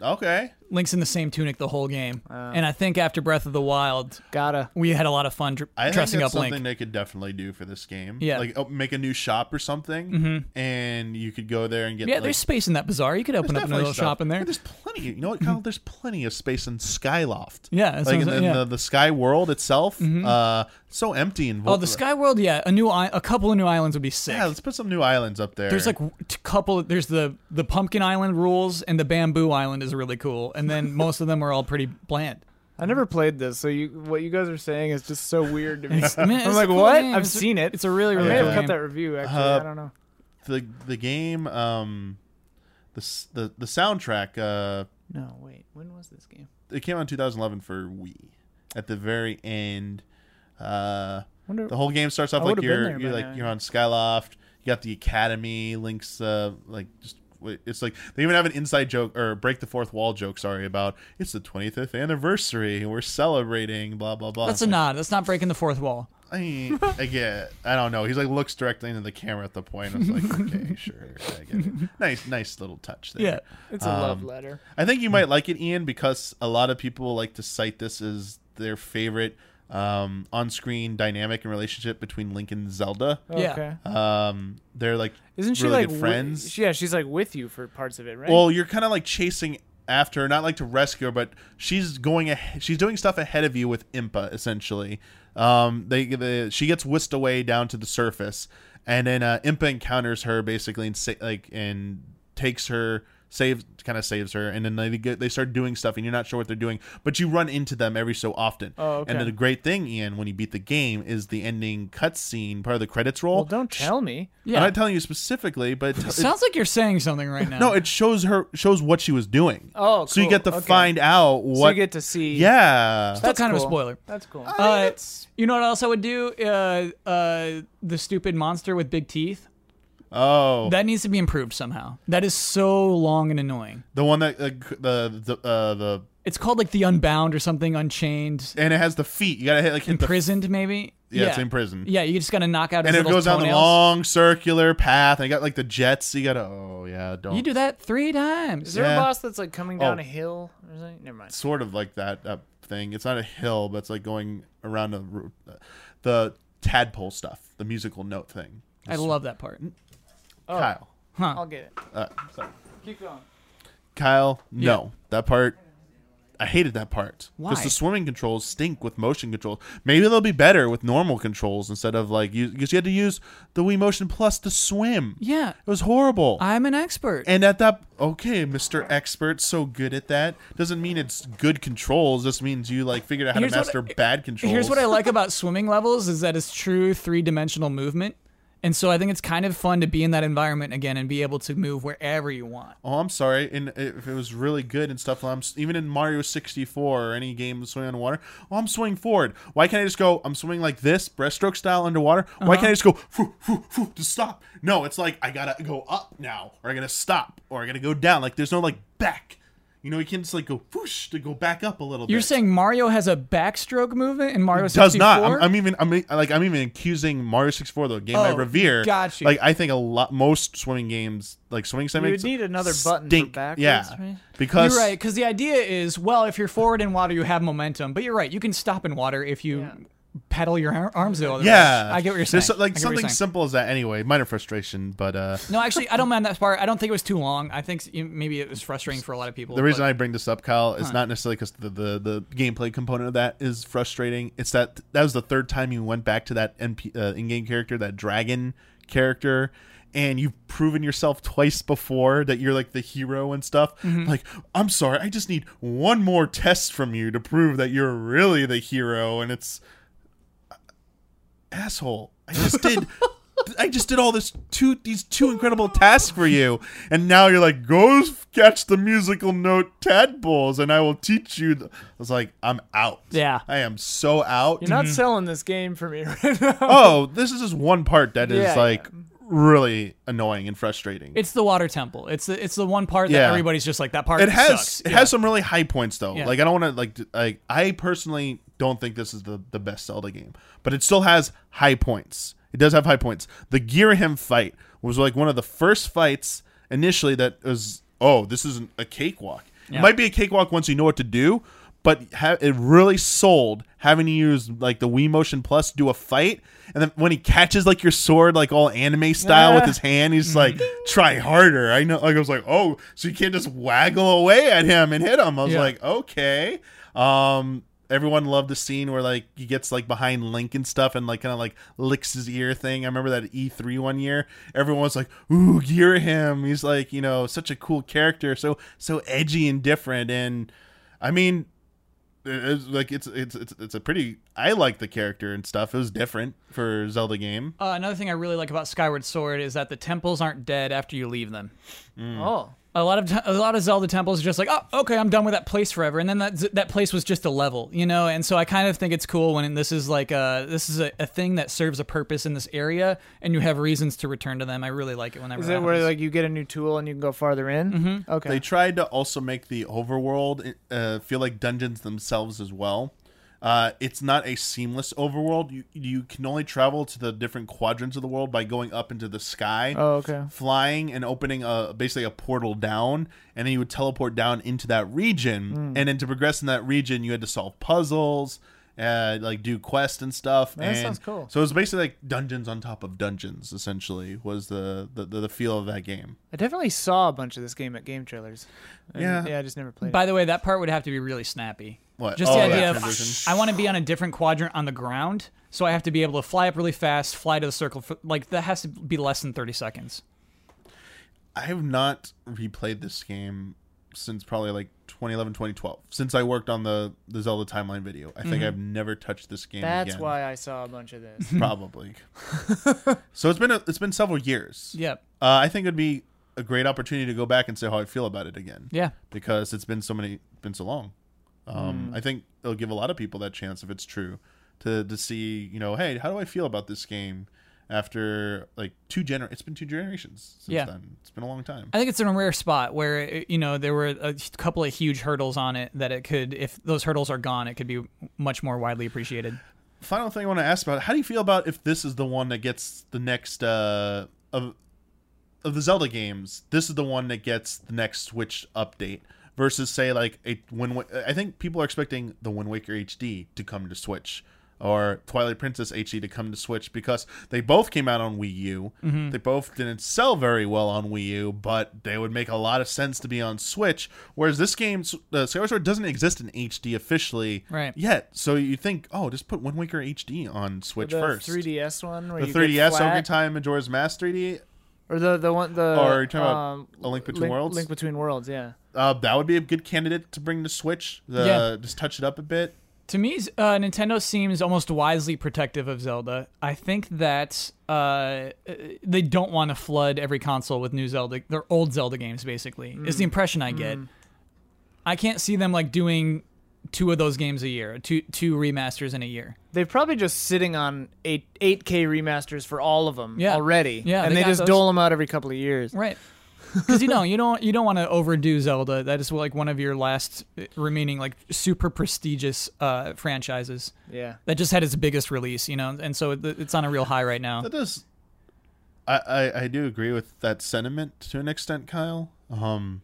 S1: Okay,
S2: Link's in the same tunic the whole game,
S3: Oh.
S2: and I think after Breath of the Wild,
S3: Gotta.
S2: we had a lot of fun dr-
S1: I
S2: dressing
S1: think
S2: up
S1: that's something
S2: Link.
S1: they could definitely do for this game.
S2: Yeah.
S1: like oh, make a new shop or something,
S3: Mm-hmm.
S1: and you could go there and get
S2: Yeah,
S1: like,
S2: there's space in that bazaar. You could open up
S1: There's definitely
S2: another little shop
S1: stuff.
S2: in there.
S1: There's plenty. You know what, Kyle? There's plenty of space in Skyloft.
S2: Yeah, that's
S1: like in,
S2: what I'm
S1: in
S2: saying, yeah. Mm-hmm.
S1: the, the Sky World itself. Uh, so empty and
S2: Oh, the Sky World, yeah, a new i- a couple of new islands would be sick.
S1: Yeah, let's put some new islands up there.
S2: There's like w- t- couple. There's the the pumpkin island rules, and the bamboo island is really cool. And then most of them are all pretty bland.
S3: I never played this, so you what you guys are saying is just so weird to me.
S2: I mean,
S3: I'm
S2: it's a
S3: like,
S2: cool
S3: what?
S2: game.
S3: I've
S2: It's a-
S3: seen it.
S2: It's a really
S3: I
S2: really
S3: may
S2: cool
S1: Yeah.
S3: have
S2: game.
S3: cut that review actually.
S1: Uh,
S3: I don't know.
S1: the the game. Um, the s- the the soundtrack. Uh,
S3: No, wait. When was this game?
S1: it came out in 2011 for Wii. At the very end, uh,
S3: Wonder.
S1: the whole game starts off
S3: I
S1: like
S3: would've been
S1: you're
S3: there
S1: you're
S3: by
S1: like
S3: now.
S1: you're on Skyloft. You got the academy. Links uh, like just. It's like they even have an inside joke or break the fourth wall joke. Sorry about it's the 25th anniversary. and We're celebrating. Blah blah blah.
S2: That's a nod. That's not breaking the fourth wall.
S1: I, I get. I don't know. He's like looks directly into the camera at the point. I was like, okay, sure, I get it. Nice, nice little touch there.
S2: Yeah.
S3: It's a
S1: Um,
S3: love letter.
S1: I think you
S3: Hmm.
S1: might like it, Ian, because a lot of people like to cite this as their favorite um, on-screen dynamic and relationship between Link and Zelda.
S2: Yeah.
S3: Okay.
S1: Um, they're like
S3: Oh. Isn't she
S1: really
S3: like
S1: good
S3: wi-
S1: friends.
S3: yeah, she's like with you for parts of it, right?
S1: Well, you're kind of like chasing after, her, not like to rescue her, but she's going. ahe- She's doing stuff ahead of you with Impa, essentially. Um, they, they she gets whisked away down to the surface, and then uh, Impa encounters her basically, and sa- like and takes her. Saves kind of saves her, and then they get, they start doing stuff, and you're not sure what they're doing, but you run into them every so often.
S3: Oh, okay.
S1: And then the great thing, Ian, when you beat the game, is the ending cutscene part of the credits roll.
S3: well, don't tell me.
S2: Yeah.
S1: I'm not telling you specifically, but it, it
S2: Sounds like you're saying something right now.
S1: no, it shows her shows what she was doing.
S3: Oh,
S1: so you
S3: cool.
S1: get to
S3: Okay.
S1: find out what.
S3: So you get to see.
S1: yeah.
S2: that's kind
S3: cool.
S2: of a spoiler.
S3: That's cool.
S2: Uh, you know what else I would do? Uh, uh, the stupid monster with big teeth.
S1: Oh,
S2: That needs to be improved somehow. That is so long and annoying.
S1: the one that uh, c- the the uh, the
S2: It's called like the Unbound or something, Unchained,
S1: and it has the feet. You gotta hit like hit the.
S2: Imprisoned maybe.
S1: Yeah, it's imprisoned.
S2: Yeah, you just gotta knock out. His
S1: and it
S2: little
S1: goes down the
S2: toenails.
S1: long circular path. And you got like the jets. You gotta. Oh yeah, don't.
S2: You do that three times.
S3: Is there
S1: yeah.
S3: a boss that's like coming down
S1: Oh.
S3: a hill or something? Never mind.
S1: Sort of like that uh, thing. It's not a hill, but it's like going around a, ro- the tadpole stuff, the musical note thing.
S2: I love that part.
S3: Oh.
S1: Kyle,
S3: I'll get it.
S1: uh, sorry.
S3: Keep going.
S1: Kyle, no. That part I hated that part.
S2: Why?
S1: Because the swimming controls stink with motion controls. Maybe they'll be better with normal controls instead of like you because you had to use the Wii Motion Plus to swim.
S2: Yeah,
S1: It was horrible.
S2: I'm an expert.
S1: and at that okay, Mr. Expert, so good at that. Doesn't mean it's good controls, just means you like figured out how
S2: Here's
S1: to
S2: what
S1: master
S2: I-
S1: bad controls.
S2: Here's what I like about swimming levels is that it's true three-dimensional movement. And so I think it's kind of fun to be in that environment again and be able to move wherever you want.
S1: Oh, I'm sorry. And if it was really good and stuff, I'm s- even in Mario 64 or any game swimming underwater. Oh, I'm swimming forward. Why can't I just go? I'm swimming like this, breaststroke style underwater.
S3: Uh-huh.
S1: Why can't I just go? Foo, foo, foo, to stop. No, it's like I gotta go up now, or I gotta stop, or I gotta go down. Like there's no like back. You know, you can just like go whoosh to go back up a little
S2: You're
S1: bit.
S2: saying Mario has a backstroke movement and Mario
S1: does
S2: 64?
S1: not. I'm, I'm even. I'm like. I'm even accusing Mario 64, the game I
S2: Oh,
S1: revere.
S2: got you.
S1: Like I think a lot. Most swimming games, like swimming
S3: You
S1: simulators,
S3: would need another button for
S1: stink.
S3: backwards.
S1: yeah,
S3: right?
S1: because
S2: You're right, because the idea is, well, if you're forward in water, you have momentum. But you're right, you can stop in water if you paddle your ar- arms the other
S1: Yeah,
S2: way. I get what you're saying.
S1: There's so-
S2: I
S1: like
S2: get what you're
S1: something
S2: saying.
S1: simple as that. Anyway, minor frustration, but uh,
S2: No, actually, I don't mind that part. I don't think it was too long. I think s- you- maybe it was frustrating for a lot of people.
S1: the reason I bring this up, Kyle, is not necessarily because the, the the gameplay component of that is frustrating. It's that that was the third time you went back to that NP, uh, in-game character, that dragon character. And you've proven yourself twice before that you're like the hero and stuff.
S2: Mm-hmm.
S1: Like, I'm sorry, I just need one more test from you to prove that you're really the hero. And it's asshole. I just did I just did all this two these two incredible tasks for you. And now you're like, go f- catch the musical note tadpoles and I will teach you. th-" I was like, I'm out.
S2: Yeah.
S1: I am so out.
S3: You're
S2: Mm-hmm.
S3: not selling this game for me right now.
S1: oh, this is just one part that is
S3: Yeah,
S1: like really annoying and frustrating.
S2: It's the water temple. It's the it's the one part
S1: Yeah.
S2: that everybody's just like that part.
S1: it has
S2: sucks."
S1: it
S2: Yeah.
S1: has some really high points though.
S2: Yeah.
S1: Like I don't want to like d- like I personally don't think this is the the best Zelda game, but it still has high points. It does have high points. The Girahim fight was like one of the first fights initially that was oh this isn't a cakewalk. It might be a cakewalk once you know what to do, but ha- it really sold having to use like the Wii Motion Plus to do a fight, and then when he catches like your sword like all anime style with his hand, he's like try harder. I know. Like I was like, oh, so you can't just waggle away at him and hit him. I was
S2: Yeah.
S1: like, okay. Um, everyone loved the scene where like he gets like behind Link and stuff and like kind of like licks his ear thing. I remember that at E3 one year. Everyone was like, "Ooh, gear him." He's like, you know, such a cool character, so so edgy and different. And I mean, it- it's like it's it's it's it's a pretty. I like the character and stuff. It was different for Zelda game.
S2: Uh, another thing I really like about Skyward Sword is that the temples aren't dead after you leave them. Mm.
S3: Oh.
S2: A lot of t- a lot of Zelda temples are just like, oh, okay, I'm done with that place forever, and then that z- that place was just a level, you know. And so I kind of think it's cool when this is like a this is a, a thing that serves a purpose in this area, and you have reasons to return to them. I really like it whenever.
S3: Is
S2: that
S3: it where
S2: happens.
S3: like you get a new tool and you can go farther in? Mm-hmm. Okay.
S1: eh, They tried to also make the overworld uh, feel like dungeons themselves as well. Uh, it's not a seamless overworld. You you can only travel to the different quadrants of the world by going up into the sky,
S3: Oh, okay.
S1: flying and opening a basically a portal down, and then you would teleport down into that region.
S3: Hmm.
S1: And then to progress in that region, you had to solve puzzles, uh, like do quests and stuff.
S3: That
S1: and
S3: sounds cool.
S1: So it was basically like dungeons on top of dungeons. Essentially, was the the, the, the feel of that game.
S3: I definitely saw a bunch of this game at game trailers. And,
S1: Yeah.
S3: Yeah, I just never played it.
S2: By the way, that part would have to be really snappy.
S1: What?
S2: Just
S1: Oh,
S2: the
S1: that
S2: idea of
S1: transition.
S2: I want to be on a different quadrant on the ground, so I have to be able to fly up really fast, fly to the circle. For, like that has to be less than thirty seconds.
S1: I have not replayed this game since probably like 2011 2012 since i worked on the the zelda timeline video i think i've never touched this game
S3: Mm-hmm. That's
S1: again,
S3: why I saw a bunch of this.
S1: probably so it's been a, it's been several years
S2: Yep.
S1: uh, i think it'd be a great opportunity to go back and say how i feel about it again
S2: Yeah.
S1: because it's been so many been so long um
S2: Mm.
S1: i think it'll give a lot of people that chance if it's true to to see you know hey how do i feel about this game after like two gener it's been two generations since
S2: Yeah.
S1: then it's been a long time
S2: I think it's in a rare spot where it, you know there were a couple of huge hurdles on it that it could, if those hurdles are gone, it could be much more widely appreciated.
S1: final thing I want to ask about: How do you feel about if this is the one that gets the next uh, of of the Zelda games? This is the one that gets the next Switch update versus say like a Wind. Wa- I think people are expecting the Wind Waker HD to come to Switch or Twilight Princess HD to come to Switch because they both came out on Wii U.
S3: Mm-hmm.
S1: They both didn't sell very well on Wii U, but they would make a lot of sense to be on Switch. Whereas this game, S- uh, Skyward Sword, doesn't exist in HD officially
S2: Right.
S1: yet. So you think, oh, just put Wind Waker HD on Switch
S3: the
S1: first.
S3: 3DS one where
S1: the
S3: you
S1: 3DS
S3: get
S1: Ocarina
S3: flat,
S1: of Time Majora's Mask 3D,
S3: or the the one the
S1: Or Oh, are you talking about
S3: um,
S1: A Link Between Worlds?
S3: Link Between Worlds, yeah.
S1: uh, that would be a good candidate to bring to Switch. The,
S2: Yeah.
S1: Just touch it up a bit.
S2: To me, uh, Nintendo seems almost wisely protective of Zelda. I think that uh, they don't want to flood every console with new Zelda, their old Zelda games, basically, is the impression I get. I can't see them like doing two of those games a year, two two remasters in a year.
S3: They're probably just sitting on eight eight K remasters for all of them
S2: Yeah.
S3: already.
S2: Yeah,
S3: and
S2: they
S3: they,
S2: got
S3: just
S2: those.
S3: dole them out every couple of years.
S2: Right. Because you know you don't you don't want to overdo Zelda. That is like one of your last uh, remaining like super prestigious uh, franchises
S3: Yeah,
S2: that just had its biggest release, you know, and so it, it's on a real high right now.
S1: That does. I, I, I do agree with that sentiment to an extent, Kyle. Um,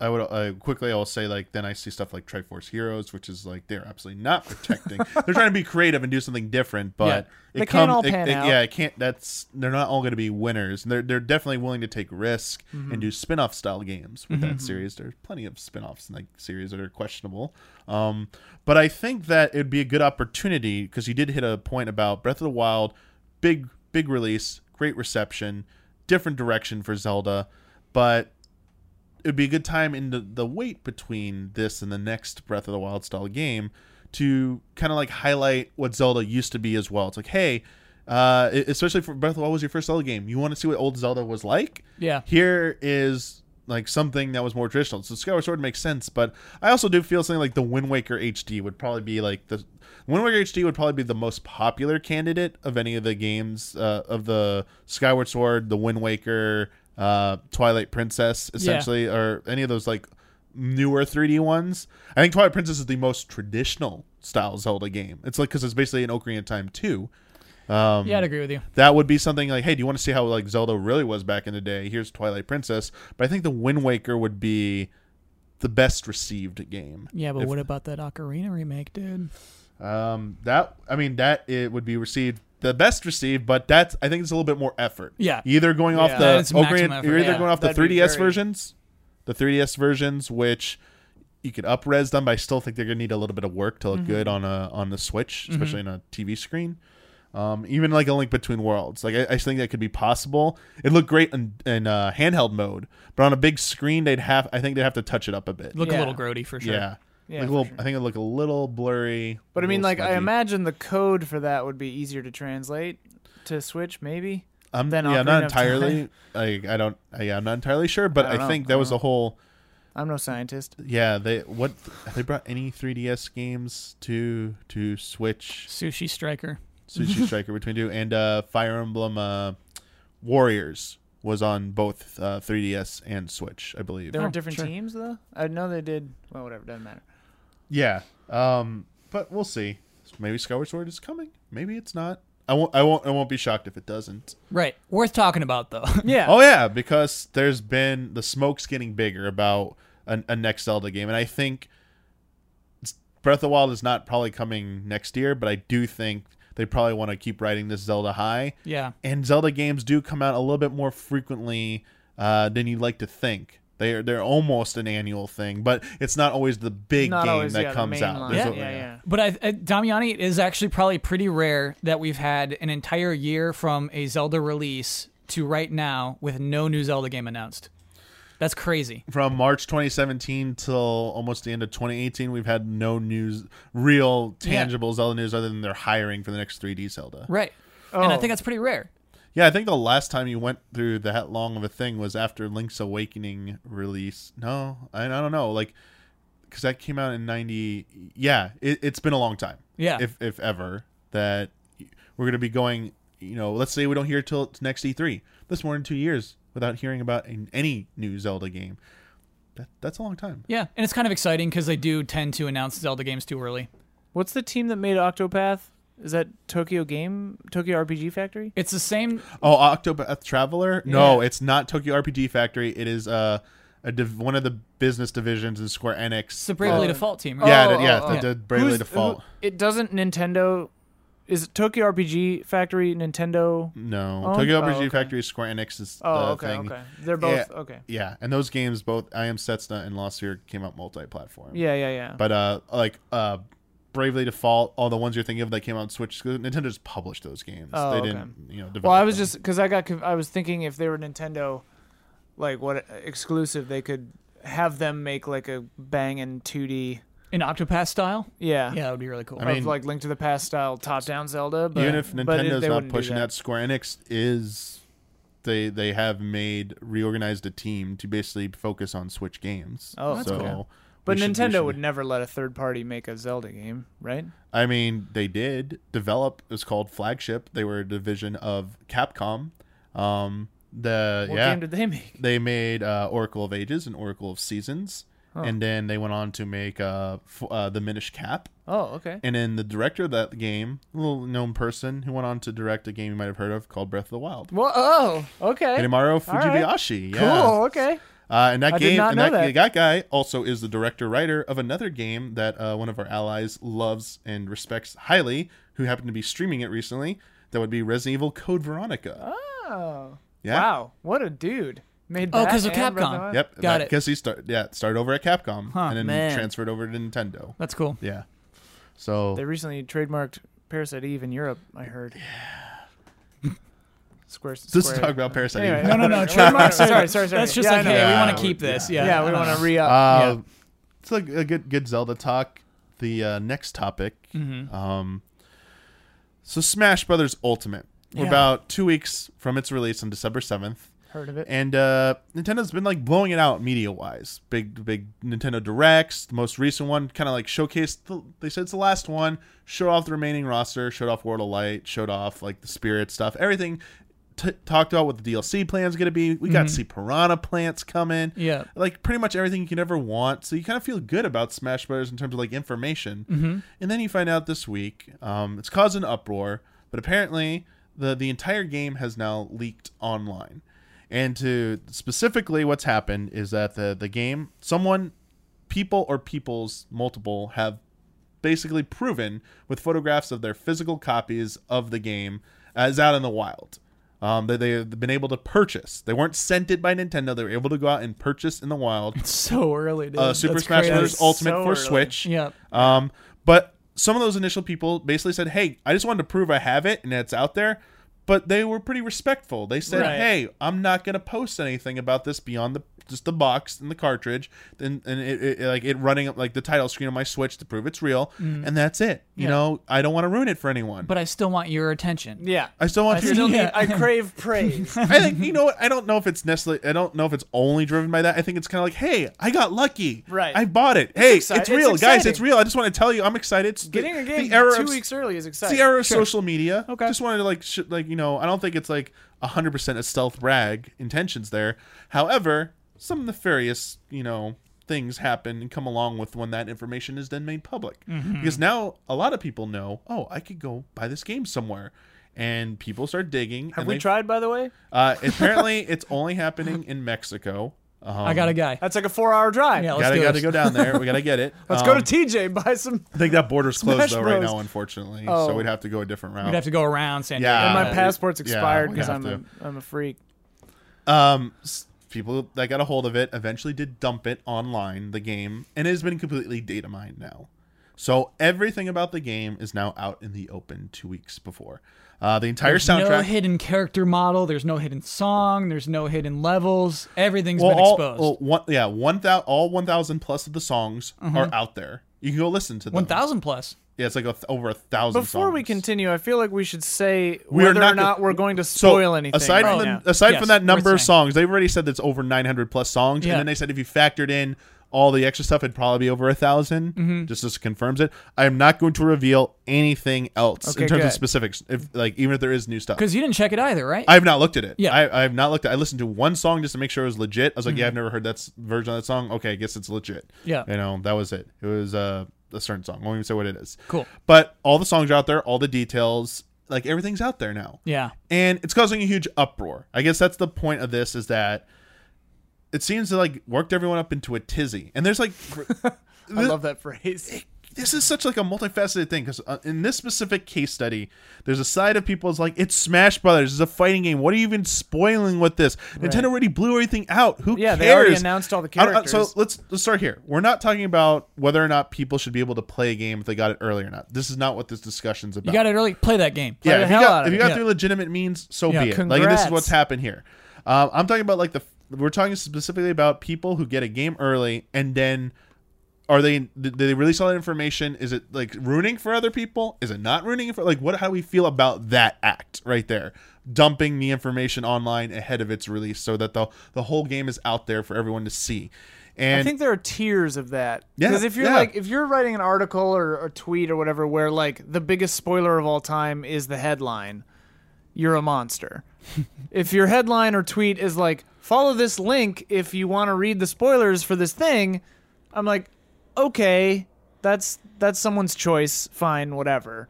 S1: I would I quickly I'll say like then I see stuff like Triforce Heroes, which is like they're absolutely not protecting. they're trying to be creative and do something different, but
S3: They can't all pan
S1: it,
S3: out.
S1: yeah, it can't. That's they're not all going to be winners. And they're they're definitely willing to take risk
S3: Mm-hmm.
S1: and do spin off style games with that series. There's plenty of spin offs in that series that are questionable. Um, but I think that it'd be a good opportunity because you did hit a point about Breath of the Wild, big big release, great reception, different direction for Zelda, but it would be a good time in the, the wait between this and the next Breath of the Wild style game to kind of like highlight what Zelda used to be as well. It's like, hey, uh, e- especially for Breath of the Wild was your first Zelda game. You want to see what old Zelda was like?
S2: Yeah.
S1: Here is like something that was more traditional. So Skyward Sword makes sense, but I also do feel something like the Wind Waker HD would probably be like the Wind Waker HD would probably be the most popular candidate of any of the games uh, of the Skyward Sword, the Wind Waker, uh, Twilight Princess, essentially, or any of those like newer 3D ones. I think Twilight Princess is the most traditional style Zelda game. It's like because it's basically an Ocarina of Time too. Um,
S2: Yeah, I'd agree with you.
S1: that would be something like, hey, do you want to see how like Zelda really was back in the day? Here's Twilight Princess, but I think the Wind Waker would be the best received game.
S2: Yeah, but
S1: If-
S2: what about that Ocarina remake, dude?
S1: Um, that I mean, that it would be received the best received, but that's I think it's a little bit more effort.
S2: Yeah.
S1: You're either going off
S3: Yeah.
S1: the
S2: That's maximum
S1: Ocarina,
S2: effort.
S1: you're either
S3: Yeah,
S1: going off the
S3: that'd be
S1: 3DS
S3: very-
S1: versions, the 3DS versions, which you could up res them, but I still think they're gonna need a little bit of work to look
S3: Mm-hmm.
S1: good on a on the Switch, especially on a TV screen. Um, even like a link between worlds, like I, I think that could be possible. It looked great in, in uh, handheld mode, but on a big screen, they'd have I think they'd have to touch it up a bit.
S2: Look a
S3: Yeah.
S2: little grody for sure.
S1: yeah,
S3: Yeah,
S1: Like a
S3: for
S1: little-
S3: sure.
S1: I think it looked a little blurry.
S3: but I
S1: a
S3: mean,
S1: little
S3: like I
S1: smudgy.
S3: imagine the code for that would be easier to translate to Switch, maybe.
S1: I'm
S3: than
S1: yeah,
S3: Ocarina
S1: not
S3: of Time.
S1: entirely. Like I don't. I, yeah, I'm not entirely sure, but
S3: I
S1: I,
S3: don't know.
S1: think
S3: I
S1: that was
S3: don't
S1: a whole.
S3: I'm no scientist.
S1: Yeah, they what have they brought any 3DS games to to Switch
S2: Sushi Striker.
S1: Sushi Striker between two and uh, Fire Emblem uh, Warriors was on both uh, 3DS and Switch, I believe.
S3: There
S2: Oh,
S3: were different
S2: sure.
S3: teams though. I know they did. Well, whatever, doesn't matter.
S1: Yeah. Um, but we'll see. Maybe Skyward Sword is coming. Maybe it's not. I won't. I won't. I won't be shocked if it doesn't.
S2: Right. Worth talking about though.
S3: Yeah.
S1: Oh yeah, because there's been the smoke's getting bigger about a, a next Zelda game, and I think s- Breath of the Wild is not probably coming next year, but I do think they probably want to keep riding this Zelda high.
S2: yeah.
S1: And Zelda games do come out a little bit more frequently uh, than you'd like to think. They're they're almost an annual thing, but it's not always the big
S3: Not
S1: game
S3: always,
S1: that
S3: yeah, the
S1: comes
S3: main
S1: out.
S3: line.
S1: There's
S3: Yeah,
S1: a-
S3: yeah, yeah.
S2: But I, I, Damiani, it is actually probably pretty rare that we've had an entire year from a Zelda release to right now with no new Zelda game announced. That's crazy.
S1: From March 2017 till almost the end of 2018, we've had no news, real tangible Zelda news, other than they're hiring for the next 3D Zelda.
S2: Right. And I
S3: Oh.
S2: think that's pretty rare.
S1: Yeah, I think the last time you went through that long of a thing was after Link's Awakening release. No, I, I don't know, like because that came out in '90. Yeah, it, it's been a long time.
S2: Yeah.
S1: if if ever that we're gonna be going. You know, let's say we don't hear till it's next E3. That's more than two years without hearing about in any new Zelda game. That that's a long time.
S2: Yeah. And it's kind of exciting because they do tend to announce Zelda games too early.
S3: What's the team that made Octopath? Is that Tokyo Game Tokyo RPG Factory?
S2: It's the same.
S1: Oh, Octopath Traveler? No, it's not Tokyo RPG Factory. It is uh, a div- one of the business divisions in Square Enix.
S2: It's the Bravely
S1: Uh,
S2: Default team, right?
S1: Yeah,
S3: Oh,
S1: the- yeah,
S3: oh,
S1: the-
S2: oh.
S1: the Bravely
S3: Who's-
S1: Default.
S3: who- it doesn't Nintendo. Is it Tokyo RPG Factory Nintendo?
S1: No,
S3: Oh,
S1: Tokyo
S3: oh,
S1: RPG
S3: okay.
S1: Factory Square Enix is
S3: Oh,
S1: Mm, the
S3: okay,
S1: thing.
S3: okay. They're both
S1: Yeah.
S3: okay.
S1: Yeah, and those games, both I Am Setsuna and Lost Sphere, came out multi-platform.
S3: Yeah, yeah, yeah.
S1: but uh, like uh, Bravely Default, all the ones you're thinking of that came out on Switch, 'cause Nintendo just published those games.
S3: Oh,
S1: they
S3: okay.
S1: didn't, you know. Develop
S3: well, I was
S1: them.
S3: just because I got conf- I was thinking if they were Nintendo, like what exclusive they could have them make like a banging 2D.
S2: In Octopath style.
S3: Yeah.
S2: Yeah, that would be really cool.
S1: I mean,
S3: of like Link to the Past style top-down Zelda, but
S1: even if
S3: but it-
S1: Nintendo's
S3: they
S1: not
S3: wouldn't do
S1: pushing
S3: that.
S1: that. Square Enix is they they have made reorganized a team to basically focus on Switch games.
S3: Oh, that's
S1: so
S3: cool.
S1: we
S3: But
S1: should- we
S3: Nintendo
S1: should-
S3: would never let a third party make a Zelda game, right?
S1: I mean, they did develop. It was called Flagship. They were a division of Capcom. Um, the
S3: What
S1: yeah,
S3: game did they make?
S1: they made uh, Oracle of Ages and Oracle of Seasons, and then they went on to make uh, f- uh, the Minish Cap.
S3: Oh, okay.
S1: And then the director of that game, a little known person who went on to direct a game you might have heard of called Breath of the Wild.
S3: Well, oh, okay.
S1: Hidemaru
S3: All right.
S1: Fujibayashi. Yeah.
S3: Cool. Okay.
S1: Uh, and that
S3: I did
S1: game,
S3: not
S1: and
S3: know
S1: that,
S3: that.
S1: that guy also is the director writer of another game that uh, one of our allies loves and respects highly, who happened to be streaming it recently. That would be Resident Evil Code Veronica.
S3: Oh.
S1: Yeah.
S3: Wow. What a dude. Made
S2: Oh,
S3: that
S2: 'cause of
S3: and Breath
S2: Capcom.
S3: the Wild?
S1: Yep,
S2: Got it.
S1: Because he start yeah started over at Capcom
S2: Huh,
S1: and then
S3: man.
S1: transferred over to Nintendo.
S2: That's cool.
S1: Yeah, so
S3: They recently trademarked Parasite Eve in Europe, I heard. Yeah. Square.
S1: let's
S3: Square.
S1: talk about Parasite
S3: Anyway,
S1: Eve.
S2: No, no, no.
S3: Whatever.
S2: trademark.
S3: Sorry, sorry, sorry.
S2: That's just
S3: Yeah, I
S2: like,
S3: know.
S2: hey, we
S1: Yeah.
S2: want to keep this. Yeah.
S3: Yeah, we want to re up.
S1: Uh, It's like a good good Zelda talk. The uh, next topic. Um, so Smash Brothers Ultimate. We're
S2: Yeah.
S1: about two weeks from its release on December seventh.
S3: heard of it.
S1: And uh, Nintendo's been like blowing it out media wise. Big, big Nintendo Directs. The most recent one kind of like showcased. The, they said it's the last one. Showed off the remaining roster. Showed off World of Light. Showed off like the Spirit stuff. Everything t- talked about what the DLC plan's going to be. We got to see Piranha Plants coming.
S2: Yeah.
S1: Like pretty much everything you can ever want. So you kind of feel good about Smash Brothers in terms of like information. Mm-hmm. And then you find out this week, um, it's caused an uproar, but apparently the the entire game has now leaked online. And to specifically what's happened is that the the game someone people or peoples multiple have basically proven with photographs of their physical copies of the game as out in the wild um, that they've been able to purchase. They weren't sent it by Nintendo. They were able to go out and purchase in the wild
S2: So early, dude.
S1: uh, Super
S2: That's
S1: Smash
S2: crazy.
S1: Bros. Ultimate
S3: So
S1: for
S3: early.
S1: Switch.
S2: Yeah.
S1: Um, but some of those initial people basically said, "Hey, I just wanted to prove I have it and it's out there." But they were pretty respectful. They said,
S3: Right.
S1: "Hey, I'm not going to post anything about this beyond the just the box and the cartridge, and and it, it- it- like it running up like the title screen on my Switch to prove it's real,
S3: Mm.
S1: and that's it. You know, I don't want to ruin it for anyone. But
S2: But I still want your attention.
S3: Yeah.
S1: I still want
S3: I
S1: to.
S3: still
S2: Yeah.
S3: need. I crave praise.
S1: I think you know what I don't know if it's necessarily I don't know if it's only driven by that. I think it's kind of like, hey, I got lucky.
S3: Right.
S1: I bought it. hey,
S3: exci-
S1: it's
S3: it's
S1: real, guys. It's
S3: exciting.
S1: real. I just want to tell you, I'm excited. It's the-
S3: Getting a game
S1: the era
S3: two
S1: of,
S3: weeks early is
S1: it's
S3: exciting.
S1: the era of social media.
S3: Okay.
S1: Just wanted to like sh- like you know I don't think it's like hundred percent a stealth brag intentions there. However, some nefarious you know things happen and come along with when that information is then made public.
S3: Mm-hmm.
S1: Because now a lot of people know, oh, I could go buy this game somewhere. And people start digging.
S3: Have
S1: and
S3: we
S1: they-
S3: tried, by the way?
S1: Uh, apparently, it's only happening in Mexico. Um,
S2: I got a guy.
S3: That's like a four-hour drive.
S2: Yeah, let's
S1: gotta
S2: do
S1: gotta
S2: this.
S1: go down there. We gotta get it.
S3: Let's
S1: Um,
S3: go to TJ buy some.
S1: I think that border's closed
S3: Smash
S1: though right
S3: Bros.
S1: now, unfortunately.
S3: Oh.
S1: So we'd have to go a different route.
S2: We'd have to go around San Diego.
S1: Yeah.
S3: and my
S1: we-
S3: passport's
S1: yeah,
S3: expired
S1: we
S3: because
S1: have
S3: I'm
S1: to.
S3: a, I'm a freak.
S1: Um, s- people that got a hold of it eventually did dump it online, the game, and it has been completely data mined now. So everything about the game is now out in the open two weeks before. Uh, the entire
S2: There's no
S1: soundtrack.
S2: hidden character model. There's no hidden song. There's no hidden levels. Everything's
S1: well,
S2: been
S1: all,
S2: exposed.
S1: well, one, yeah, one thou, all one thousand plus of the songs are out there. You can go listen to them.
S2: Mm-hmm. One thousand plus.
S1: Yeah, it's like a th- over a thousand.
S3: Before we
S1: songs.
S3: continue, I feel like we should say
S1: We are
S3: whether
S1: not
S3: or not
S1: go-
S3: we're going to
S1: So
S3: spoil anything. Oh,
S1: aside
S3: right
S1: from
S3: now.
S1: the, aside
S2: Yes,
S1: from that number
S2: worth
S1: of
S2: saying.
S1: songs, they've already said that's over 900 plus songs,
S2: Yeah.
S1: and then they said if you factored in all the extra stuff, it'd probably be over a 1000
S3: Mm-hmm.
S1: Just this confirms it. I am not going to reveal anything else in
S3: Okay,
S1: terms of
S3: good.
S1: specifics, if like even if there is new stuff.
S2: Because you didn't check it either, right?
S1: I have not looked at it.
S2: Yeah.
S1: I, I have not looked at. I listened to one song just to make sure it was legit. I was like,
S3: Mm-hmm.
S1: yeah, I've never heard that s- version of that song. Okay, I guess it's legit.
S2: Yeah.
S1: you know that was it. It was uh, a certain song. I won't even say what it is.
S2: Cool.
S1: But all the songs are out there. All the details, like everything's out there now
S2: yeah.
S1: and it's causing a huge uproar. I guess that's the point of this is that it seems to like worked everyone up into a tizzy. And there's like
S3: I love that phrase.
S1: this is such like a multifaceted thing because uh, in this specific case study, there's a side of people's like it's Smash Brothers, it's a fighting game. What are you even spoiling with this? Nintendo already blew everything out. Who
S3: Yeah,
S1: cares?
S3: they already announced all the
S1: I don't- I-
S3: characters.
S1: so let's let's start here. We're not talking about whether or not people should be able to play a game if they got it early or not. This is not what this discussion's about
S2: You got to really play that game.
S3: Play
S1: yeah,
S3: the
S1: if you
S3: hell
S1: got,
S3: out of
S1: if
S3: it.
S1: you got
S2: Yeah.
S1: through legitimate means, so
S2: Yeah,
S1: be it. Like this is
S3: congrats.
S1: what's happened here. Um, I'm talking about like the we're talking specifically about people who get a game early and then are they do they release all that information? Is it like ruining for other people? Is it not ruining for like what? How do we feel about that act right there? Dumping the information online ahead of its release so that the the whole game is out there for everyone to see. And
S3: I think there are tiers of that.
S1: Yeah,
S3: Because if you're
S1: yeah.
S3: like if you're writing an article or a tweet or whatever where like the biggest spoiler of all time is the headline, you're a monster. if your headline or tweet is like follow this link if you want to read the spoilers for this thing, I'm like, okay, that's that's someone's choice. Fine, whatever.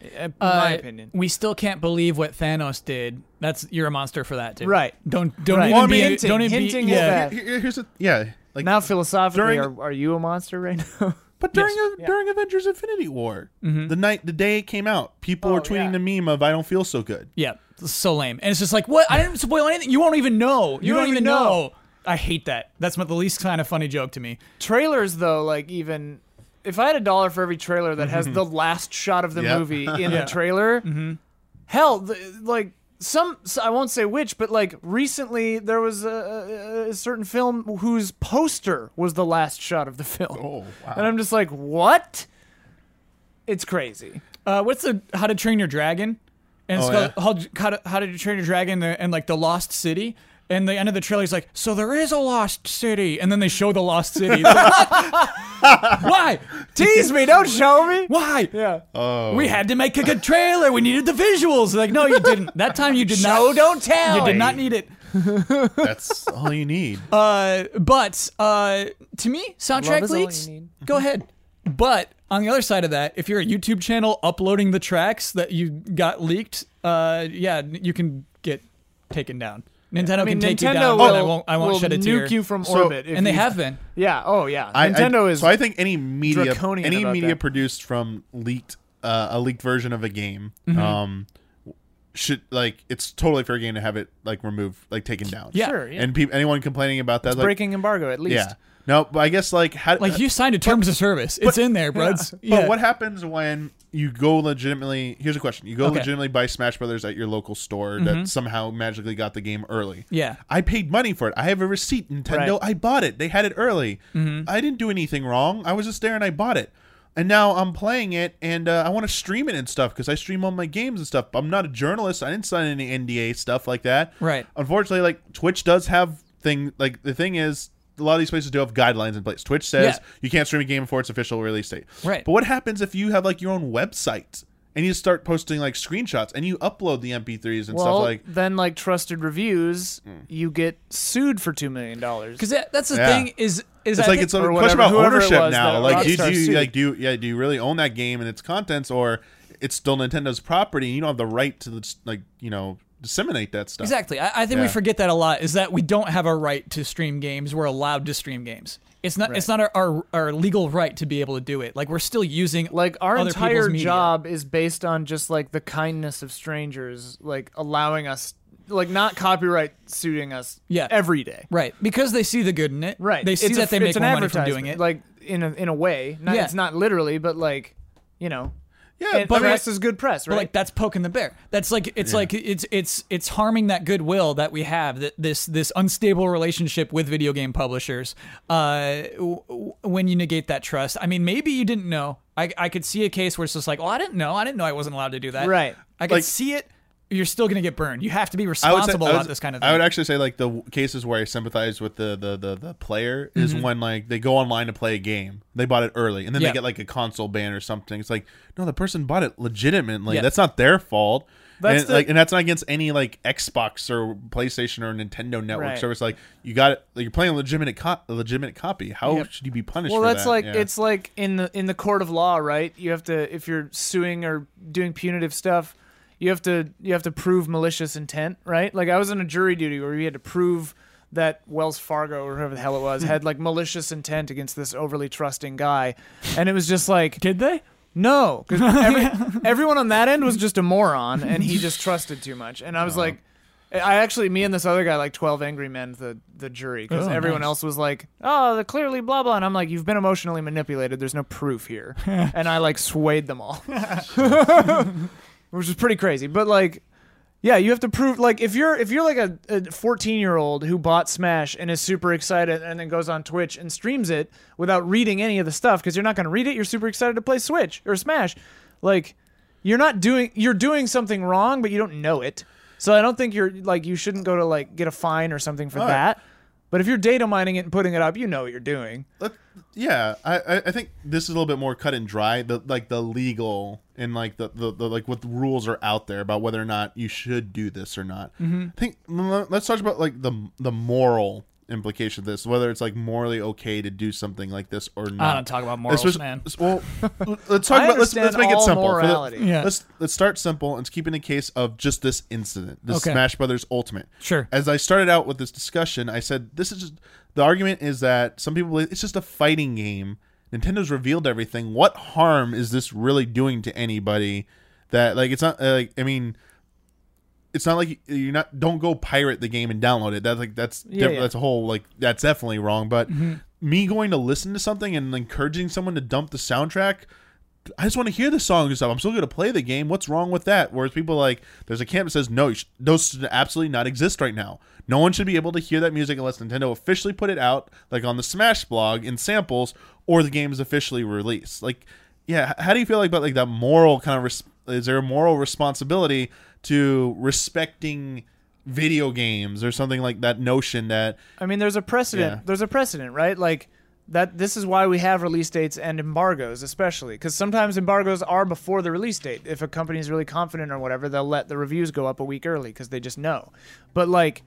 S3: Eh, In my
S2: Uh,
S3: opinion.
S2: We still can't believe what Thanos did. That's you're a monster for that, dude.
S3: Right.
S2: Don't don't
S3: Right.
S2: even
S3: Well, I
S2: be
S3: mean, hinting-
S2: don't even be-
S3: hinting at
S2: yeah.
S3: that.
S1: Here- here's a yeah like
S3: Now philosophically,
S1: during-
S3: are, are you a monster right now?
S1: But during
S2: Yes.
S1: a, during Avengers Infinity War, the night the day it came out, people were tweeting
S3: Mm-hmm. Oh,
S1: the
S3: yeah.
S1: meme of "I don't feel so good."
S2: Yeah, it's so lame. And it's just like, what? I didn't spoil anything. You won't even know. You, don't, even know. I hate that. That's my, the least kind of funny joke to me.
S3: trailers though like even if i had a dollar for every trailer that has the last shot of the
S1: Yep.
S3: movie in the trailer hell th- like some s- i won't say which but like recently there was a, a certain film whose poster was the last shot of the film
S1: Oh, wow.
S3: and i'm just like what it's crazy
S2: Uh, what's the How to Train Your Dragon? And it's
S1: Oh,
S2: called how, how, to, how to Train Your Dragon and, and like the Lost City. And the end of the trailer is like, so there is a lost city, and then they show the lost city. It's like, what? Why?
S3: tease me don't show me
S2: Why?
S3: yeah
S1: Oh,
S2: We had to make a good trailer. We needed the visuals. Like, no, you didn't. That time you did
S3: Show,
S2: not.
S3: don't tell.
S2: You did not need it.
S1: that's all you need.
S2: Uh, but uh, to me, soundtrack
S3: is all you
S2: leaks.
S3: need. Mm-hmm.
S2: Go ahead. But on the other side of that, if you're a YouTube channel uploading the tracks that you got leaked, uh, yeah, you can get taken down. Nintendo
S3: I mean,
S2: can take you
S3: Nintendo
S2: down.
S3: will,
S2: and I won't. I won't
S3: will
S2: shed a
S3: nuke
S2: tear.
S3: you from
S1: So-
S3: orbit. if
S2: and they
S3: you-
S2: have been.
S3: Yeah. Oh, yeah.
S1: I- I-
S3: Nintendo is
S1: so. I think any media,
S3: draconian
S1: any
S3: about
S1: media
S3: that.
S1: produced from leaked uh, a leaked version of a game,
S3: Mm-hmm.
S1: um, should like it's totally fair game to have it like removed, like taken down.
S2: Yeah.
S3: Sure, yeah.
S1: and peop anyone complaining about that, like,
S3: breaking embargo at least.
S1: yeah, no, but I guess like how uh,
S3: Uh,
S2: Like you signed a terms of service. It's in there, bruds.
S1: But
S2: Yeah.
S1: what happens when you go legitimately? Here's a question: You go
S2: Okay. Mm-hmm.
S1: legitimately buy Smash Brothers at your local store that somehow magically got the game early.
S2: Yeah.
S1: I paid money for it. I have a receipt. Nintendo, I bought it. They had it early.
S2: Mm-hmm.
S1: I didn't do anything wrong. I was just there and I bought it. And now I'm playing it, and uh, I want to stream it and stuff because I stream all my games and stuff. I'm not a journalist. I didn't sign any NDA stuff like that.
S2: Right.
S1: Unfortunately, like Twitch does have thing. Like the thing is, a lot of these places do have guidelines in place. Twitch says
S2: Yeah.
S1: you can't stream a game before its official release date.
S2: Right.
S1: But what happens if you have like your own website and you start posting like screenshots and you upload the MP3s and
S3: Well,
S1: stuff like Hmm.
S3: then like trusted reviews, you get sued for two million dollars.
S2: because that, that's the
S1: Yeah.
S2: thing is is
S1: it's
S2: I
S1: like
S2: think-
S1: it's a
S3: or
S1: question
S3: whatever,
S1: about
S3: whoever it
S1: ownership
S3: was
S1: now.
S3: that
S1: Like, do,
S3: Rockstar
S1: do you
S3: sued.
S1: like do you, yeah? Do you really own that game and its contents, or it's still Nintendo's property? and You don't have the right to the, like you know disseminate that stuff.
S2: Exactly. I, I think we
S1: Yeah.
S2: forget that a lot is that we don't have a right to stream games. We're allowed to stream games. It's not it's not our, our our legal right to be able to do it. Like we're still using
S3: like our
S2: other people's
S3: entire
S2: media.
S3: job is based on just like the kindness of strangers, like allowing us, like not copyright suiting us,
S2: Yeah.
S3: every day.
S2: Right. Because they see the good in it.
S3: Right.
S2: They see
S3: It's a-
S2: that they make
S3: it's an
S2: more money from
S3: advertisement,
S2: doing it.
S3: Like in a in a way. Not,
S2: Yeah.
S3: It's not literally, but like, you know,
S1: Yeah,
S3: and
S1: but I mean,
S3: press is good press, right?
S2: But like that's poking the bear. That's like it's like it's it's it's harming that goodwill that we have that this this unstable relationship with video game publishers. Uh, w- w- when you negate that trust, I mean, maybe you didn't know. I I could see a case where it's just like, well, I didn't know. I didn't know I wasn't allowed to do that.
S3: Right.
S2: I could
S1: Like-
S2: see it. You're still gonna get burned. You have to be
S1: I would say-
S2: responsible
S1: I would-
S2: about this kind of thing.
S1: I would actually say like the w- cases where I sympathize with the the the, the player is when like they go online to play a game, they bought it early, and then
S2: Mm-hmm. Yeah.
S1: they get like a console ban or something. It's like no, the person bought it legitimately.
S2: Yeah.
S1: That's not their fault.
S3: That's
S1: and,
S3: the-
S1: like, and that's not against any like Xbox or PlayStation or Nintendo network
S3: Right.
S1: service. Like you got it, like, you're playing a legitimate co- a legitimate copy. How should you be punished?
S3: well,
S1: for
S3: that's
S1: that?
S3: like
S1: Yeah.
S3: it's like in the in the court of law, right? You have to if you're suing or doing punitive stuff, you have to you have to prove malicious intent, right? Like I was on a jury duty where we had to prove that Wells Fargo or whoever the hell it
S1: Hmm.
S3: was had like malicious intent against this overly trusting guy, and it was just like
S2: Did they?
S3: No, because every, everyone on that end was just a moron, and he just trusted too much. And I
S2: Uh-huh.
S3: was like, I actually, me and this other guy, like twelve angry men, the the jury, because
S2: Oh,
S3: everyone
S2: nice.
S3: else was like, oh, the clearly blah blah, and I'm like, you've been emotionally manipulated. There's no proof here, and I like swayed them all, which is pretty crazy. But like. Yeah, you have to prove like if you're if you're like a- a 14 year old who bought Smash and is super excited and then goes on Twitch and streams it without reading any of the stuff because you're not going to read it. You're super excited to play Switch or Smash, like you're not doing you're doing something wrong but you don't know it. So I don't think you're like you shouldn't go to like get a fine or something for
S1: All right.
S3: that. But if you're data mining it and putting it up, you know what you're doing.
S1: Let- yeah I, I I think this is a little bit more cut and dry the like the legal and like the, the, the like what the rules are out there about whether or not you should do this or not
S2: Mm-hmm.
S1: i think l- let's talk about like the the moral implication of this whether it's like morally okay to do something like this or not
S2: I don't talk about morals,
S1: Especially-
S2: man.
S1: well let's talk
S3: I
S1: about let's, let's
S3: understand
S1: make it
S3: all
S1: simple For the-
S3: morality.
S2: Yeah.
S1: let's let's start simple and keep in the case of just this incident this
S2: Okay.
S1: smash brothers ultimate
S2: Sure.
S1: as I started out with this discussion, I said this is just, the argument is that some people believe it's just a fighting game. Nintendo's revealed everything. What harm is this really doing to anybody? That like it's not uh, like I mean, it's not like you- you're not don't go pirate the game and download it. That's like that's
S3: Yeah, Mm-hmm.
S1: def-
S3: yeah.
S1: that's a whole like that's definitely wrong. But me going to listen to something and encouraging someone to dump the soundtrack. I just want to hear the song and stuff. I'm still going to play the game. What's wrong with that? Whereas people like, there's a camp that says, no, you sh- those should absolutely not exist right now. No one should be able to hear that music unless Nintendo officially put it out, like on the Smash blog in samples, or the game is officially released. Like, yeah, h- how do you feel like about like that moral kind of? Res- is there a moral responsibility to respecting video games or something like that notion that
S3: I mean, there's a precedent.
S1: Yeah.
S3: There's a precedent, right? Like that. This is why we have release dates and embargoes, especially because sometimes embargoes are before the release date. If a company's really confident or whatever, they'll let the reviews go up a week early because they just know. But like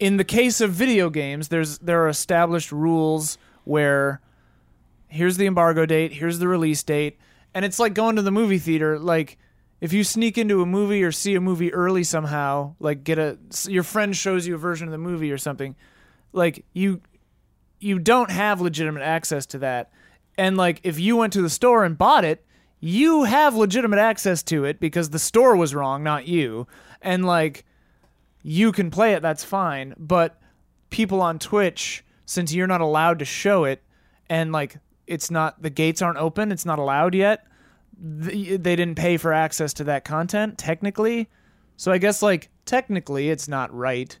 S3: in the case of video games, there's there are established rules where here's the embargo date, here's the release date, and it's like going to the movie theater. Like if you sneak into a movie or see a movie early somehow, like get a your friend shows you a version of the movie or something, like you you don't have legitimate access to that. And like if you went to the store and bought it, you have legitimate access to it because the store was wrong, not you. And like you can play it, that's fine, but people on Twitch since you're not allowed to show it and like it's not the gates aren't open, it's not allowed yet. th- They didn't pay for access to that content technically. So I guess like technically it's not right.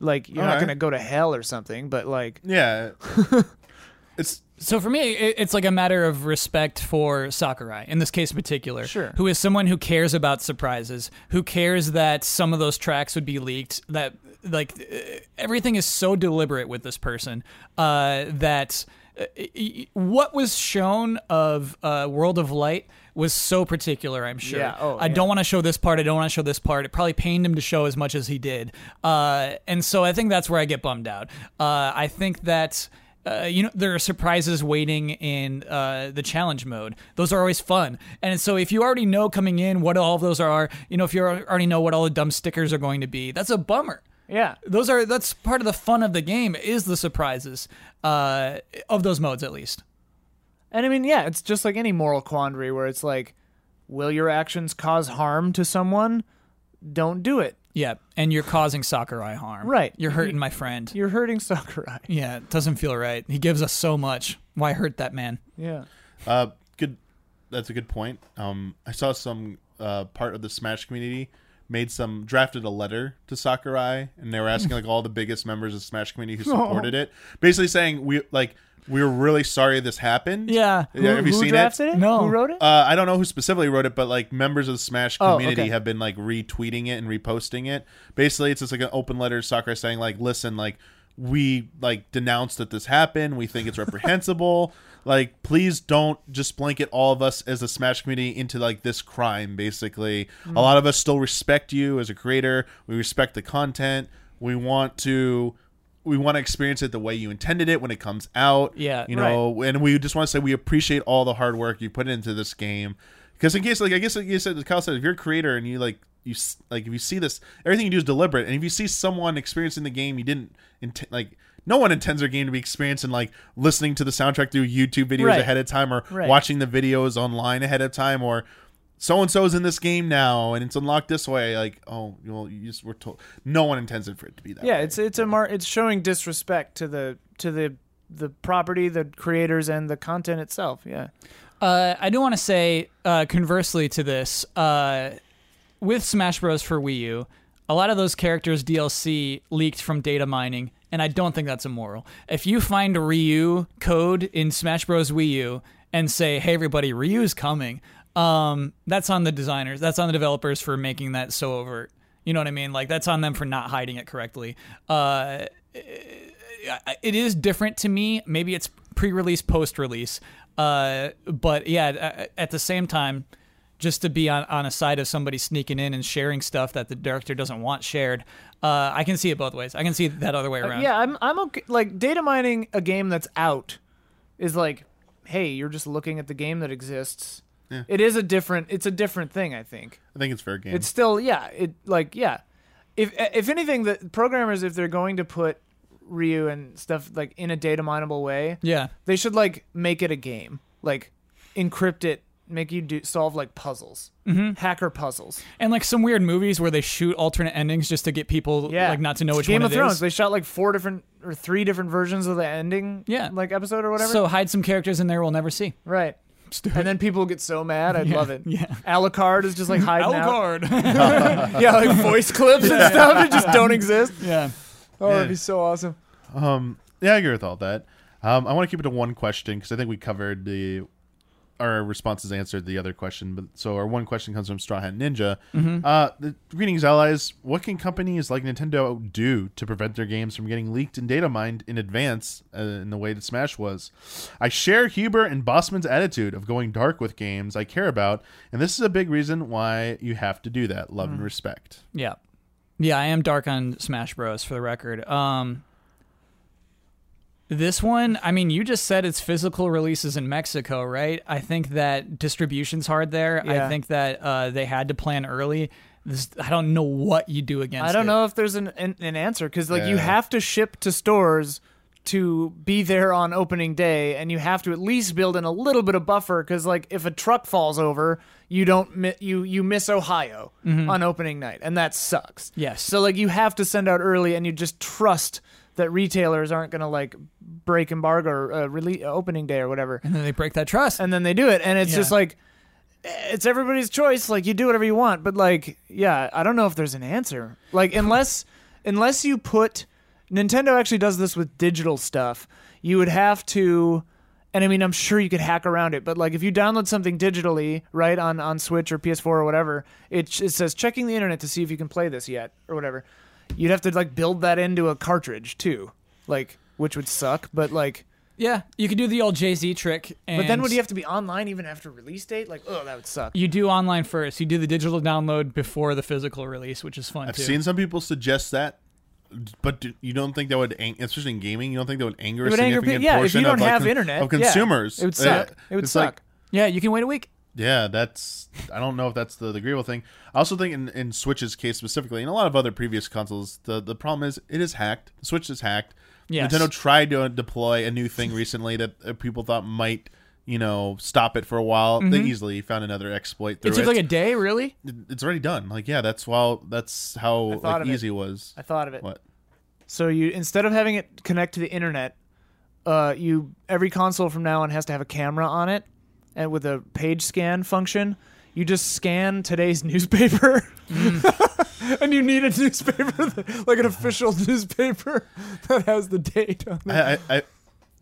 S3: Like you're not
S1: Alright.
S3: going to go to hell or something, but like
S1: yeah, it's
S2: So for me, it, it's like a matter of respect for Sakurai in this case in particular,
S3: Sure.
S2: who is someone who cares about surprises, who cares that some of those tracks would be leaked. That like uh, everything is so deliberate with this person uh, that uh, e- e- what was shown of uh, World of Light was so particular. I'm sure.
S3: Yeah, oh,
S2: I
S3: yeah.
S2: don't want to show this part. I don't want to show this part. It probably pained him to show as much as he did. Uh, and so I think that's where I get bummed out. Uh, I think that. Uh, you know there are surprises waiting in uh, the challenge mode. Those are always fun, and so if you already know coming in what all of those are, you know if you already know what all the dumb stickers are going to be, that's a bummer
S3: Yeah.
S2: those are that's part of the fun of the game is the surprises uh, of those modes at least
S3: And I mean, yeah, it's just like any moral quandary where it's like, will your actions cause harm to someone? Don't do it.
S2: yeah and you're causing sakurai harm
S3: Right.
S2: you're hurting my friend
S3: You're hurting Sakurai.
S2: yeah it doesn't feel right he gives us so much why hurt that man
S3: Yeah.
S1: Uh, good. That's a good point. Um, I saw some uh, part of the Smash community made some drafted a letter to Sakurai, and they were asking like all the biggest members of Smash community who
S3: Oh.
S1: supported it, basically saying we like we were really sorry this happened.
S2: yeah
S1: Yeah, have you
S3: who
S1: seen it?
S3: drafted it?
S2: No.
S3: Who wrote it?
S1: Uh, I don't know who specifically wrote it, but like members of the Smash
S3: Oh,
S1: community
S3: okay.
S1: have been like retweeting it and reposting it. Basically, it's just like an open letter to Sakurai saying like, "Listen, like we like denounce that this happened. We think it's reprehensible. like, please don't just blanket all of us as the Smash community into like this crime. Basically,
S3: Mm.
S1: a lot of us still respect you as a creator. We respect the content. We want to." We want to experience it the way you intended it when it comes out.
S2: Yeah,
S1: you know, know, and we just want to say we appreciate all the hard work you put into this game. Because in case, like I guess, like you said, Kyle said, if you're a creator and you like you s- like if you see this, everything you do is deliberate, and if you see someone experiencing the game you didn't intend, like no one intends their game to be experienced and like listening to the soundtrack through YouTube videos
S3: Right.
S1: ahead of time or
S3: Right.
S1: watching the videos online ahead of time or. So and so is in this game now, and it's unlocked this way. Like, oh, well, you just were told. No one intends it for it to be that.
S3: yeah,
S1: way.
S3: it's it's a mar- it's showing disrespect to the to the the property, the creators, and the content itself. Yeah.
S2: Uh, I do want to say, uh, conversely to this, uh, with Smash Bros. for Wii U, a lot of those characters' DLC leaked from data mining, and I don't think that's immoral. If you find Ryu code in Smash Bros. Wii U and say, "Hey, everybody, Ryu's coming," um, that's on the designers, that's on the developers for making that so overt. You know what I mean? Like that's on them for not hiding it correctly. Uh, I- it is different to me. Maybe it's pre-release, post-release. Uh, but yeah, at- at the same time, just to be on, on a side of somebody sneaking in and sharing stuff that the director doesn't want shared, uh, I can see it both ways. I can see it that other way around.
S3: Uh, Yeah, I'm I'm okay. Like data mining a game that's out is like, hey, you're just looking at the game that exists. It is a different it's a different thing, I think.
S1: I think it's fair game.
S3: It's still yeah, it like yeah. If if anything the programmers if they're going to put Ryu and stuff like in a data mineable way,
S2: Yeah.
S3: they should like make it a game. Like encrypt it, make you do solve like puzzles. Mm-hmm. Hacker puzzles.
S2: And like some weird movies where they shoot alternate endings just to get people
S3: Yeah.
S2: like not to know which
S3: Game
S2: one
S3: of
S2: it
S3: Thrones.
S2: is.
S3: They shot like four different or three different versions of the ending
S2: Yeah.
S3: like episode or whatever.
S2: So hide some characters in there we'll never see.
S3: Right. And then people get so mad. I'd love it.
S2: yeah.
S3: Alucard is just like hiding out.
S2: Alucard.
S3: Yeah, like voice clips and stuff that just don't exist.
S2: yeah.
S3: Oh,
S1: Yeah.
S3: it'd be so awesome.
S1: Um, yeah, I agree with all that. Um, I want to keep it to one question because I think we covered the our responses answered the other question. But so our one question comes from Straw Hat Ninja. Uh, the, greetings, allies. What can companies like Nintendo do to prevent their games from getting leaked and data mined in advance uh, in the way that Smash was? I share Huber and Bossman's attitude of going dark with games I care about, and this is a big reason why you have to do that. Love and respect.
S2: Yeah. Yeah, I am dark on Smash Bros for the record. Um This one, I mean, you just said its physical releases in Mexico, right? I think that distribution's hard there. I
S3: Yeah.
S2: think that uh they had to plan early. This I don't know what you do against
S3: I don't
S2: it.
S3: know if there's an an, an answer because like you
S1: Yeah.
S3: have to ship to stores to be there on opening day, and you have to at least build in a little bit of buffer because like if a truck falls over, you don't mi- you you miss Ohio on opening night, and that sucks.
S2: Mm-hmm. Yes.
S3: So like you have to send out early, and you just trust that retailers aren't gonna like break embargo or uh, rele- opening day or whatever
S2: And then they break that trust.
S3: and then they do it and it's
S2: Yeah.
S3: just like it's everybody's choice like you do whatever you want but like yeah i don't know if there's an answer like unless unless you put nintendo actually does this with digital stuff you would have to and i mean i'm sure you could hack around it but like if you download something digitally right on on switch or ps4 or whatever it, it says checking the internet to see if you can play this yet or whatever you'd have to like build that into a cartridge too like which would suck but like
S2: Yeah, you could do the old Jay Z trick. And
S3: But then would you have to be online even after release date? Like, oh, that would suck.
S2: You do online first. You do the digital download before the physical release, which is fun
S1: I've
S2: too.
S1: seen some people suggest that, but do, you don't think that would, ang- especially in gaming, you don't think that would anger
S3: It would
S1: a
S3: anger
S1: significant
S3: people. Yeah, if
S1: portion
S3: you don't
S1: of, like,
S3: have
S1: con-
S3: internet
S1: of
S3: yeah,
S1: consumers?
S3: it would
S1: Yeah,
S3: suck. it would
S1: it's
S3: suck.
S1: like,
S2: yeah, you can wait a week.
S1: Yeah, that's. I don't know if that's the, the agreeable thing. I also think in, in Switch's case specifically, and a lot of other previous consoles, the, the problem is it is hacked. The Switch is hacked.
S2: Yes.
S1: Nintendo tried to deploy a new thing recently that uh, people thought might, you know, stop it for a while. They
S3: Mm-hmm.
S1: easily found another exploit through
S2: It
S1: it.
S2: took like a day, really.
S1: it's already done. Like, yeah, that's why. That's how
S3: thought
S1: like,
S3: of it.
S1: easy it was.
S3: I thought of it.
S1: What?
S3: So you instead of having it connect to the internet, uh, you every console from now on has to have a camera on it, and with a page scan function, you just scan today's newspaper,
S1: Mm.
S3: and you need a newspaper that, like an official newspaper that has the date on it.
S1: I, I, I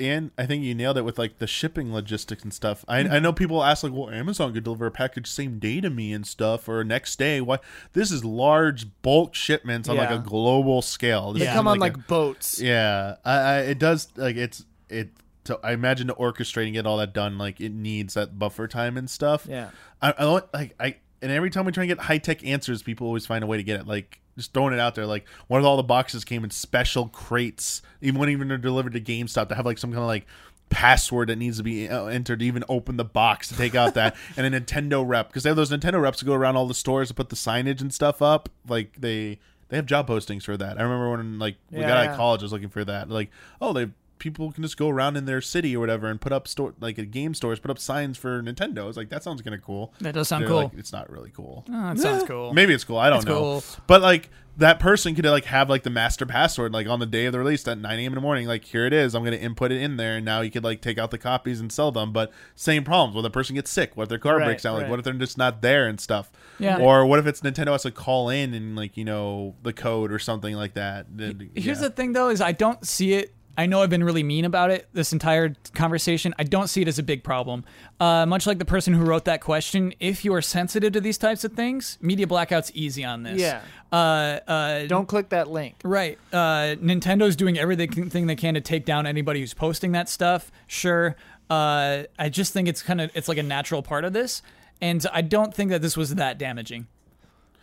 S1: and I think you nailed it with like the shipping logistics and stuff. I,
S3: Mm-hmm.
S1: I know people ask like, well, Amazon could deliver a package same day to me and stuff, or next day. Why? This is large bulk shipments on
S3: Yeah.
S1: like a global scale. This
S3: They
S1: isn't
S3: come on like,
S1: a-
S3: boats.
S1: yeah. I, I it does like it's it. To, I imagine orchestrating it all that done like it needs that buffer time and stuff.
S3: Yeah.
S1: I, I don't like I and every time we try and get high tech answers, people always find a way to get it. Like just throwing it out there, like one of all the boxes came in special crates, even when even they're delivered to GameStop to have like some kind of like password that needs to be uh, entered to even open the box to take out that and a Nintendo rep because they have those Nintendo reps to go around all the stores to put the signage and stuff up. Like they they have job postings for that. I remember when like we got out
S3: Yeah.
S1: of college, I was looking for that. Like oh they. People can just go around in their city or whatever and put up store like at game stores, put up signs for Nintendo. It's like that sounds kind of cool.
S2: That does sound
S1: They're
S2: cool.
S1: like, it's not really cool.
S2: Oh, that sounds cool.
S1: Maybe it's cool. I don't know.
S2: cool.
S1: But like that person could like have like the master password like on the day of the release at 9 a.m. in the morning. Like here it is. I'm gonna input it in there, and now you could like take out the copies and sell them. But same problems. What if the person gets sick? What if their car
S3: Right,
S1: breaks down? Like
S3: right.
S1: what if they're just not there and stuff?
S2: Yeah.
S1: Or what if it's Nintendo has to call in and like you know the code or something like that? Then-
S2: Here's
S1: yeah.
S2: the thing, though, is I don't see it. I know I've been really mean about it this entire conversation. I don't see it as a big problem. Uh, much like the person who wrote that question, if you are sensitive to these types of things, media blackout's easy on this.
S3: Yeah.
S2: Uh, uh,
S3: Don't click that link.
S2: Right. Uh, Nintendo's doing everything thing they can to take down anybody who's posting that stuff. Sure. Uh, I just think it's kind of it's like a natural part of this, and I don't think that this was that damaging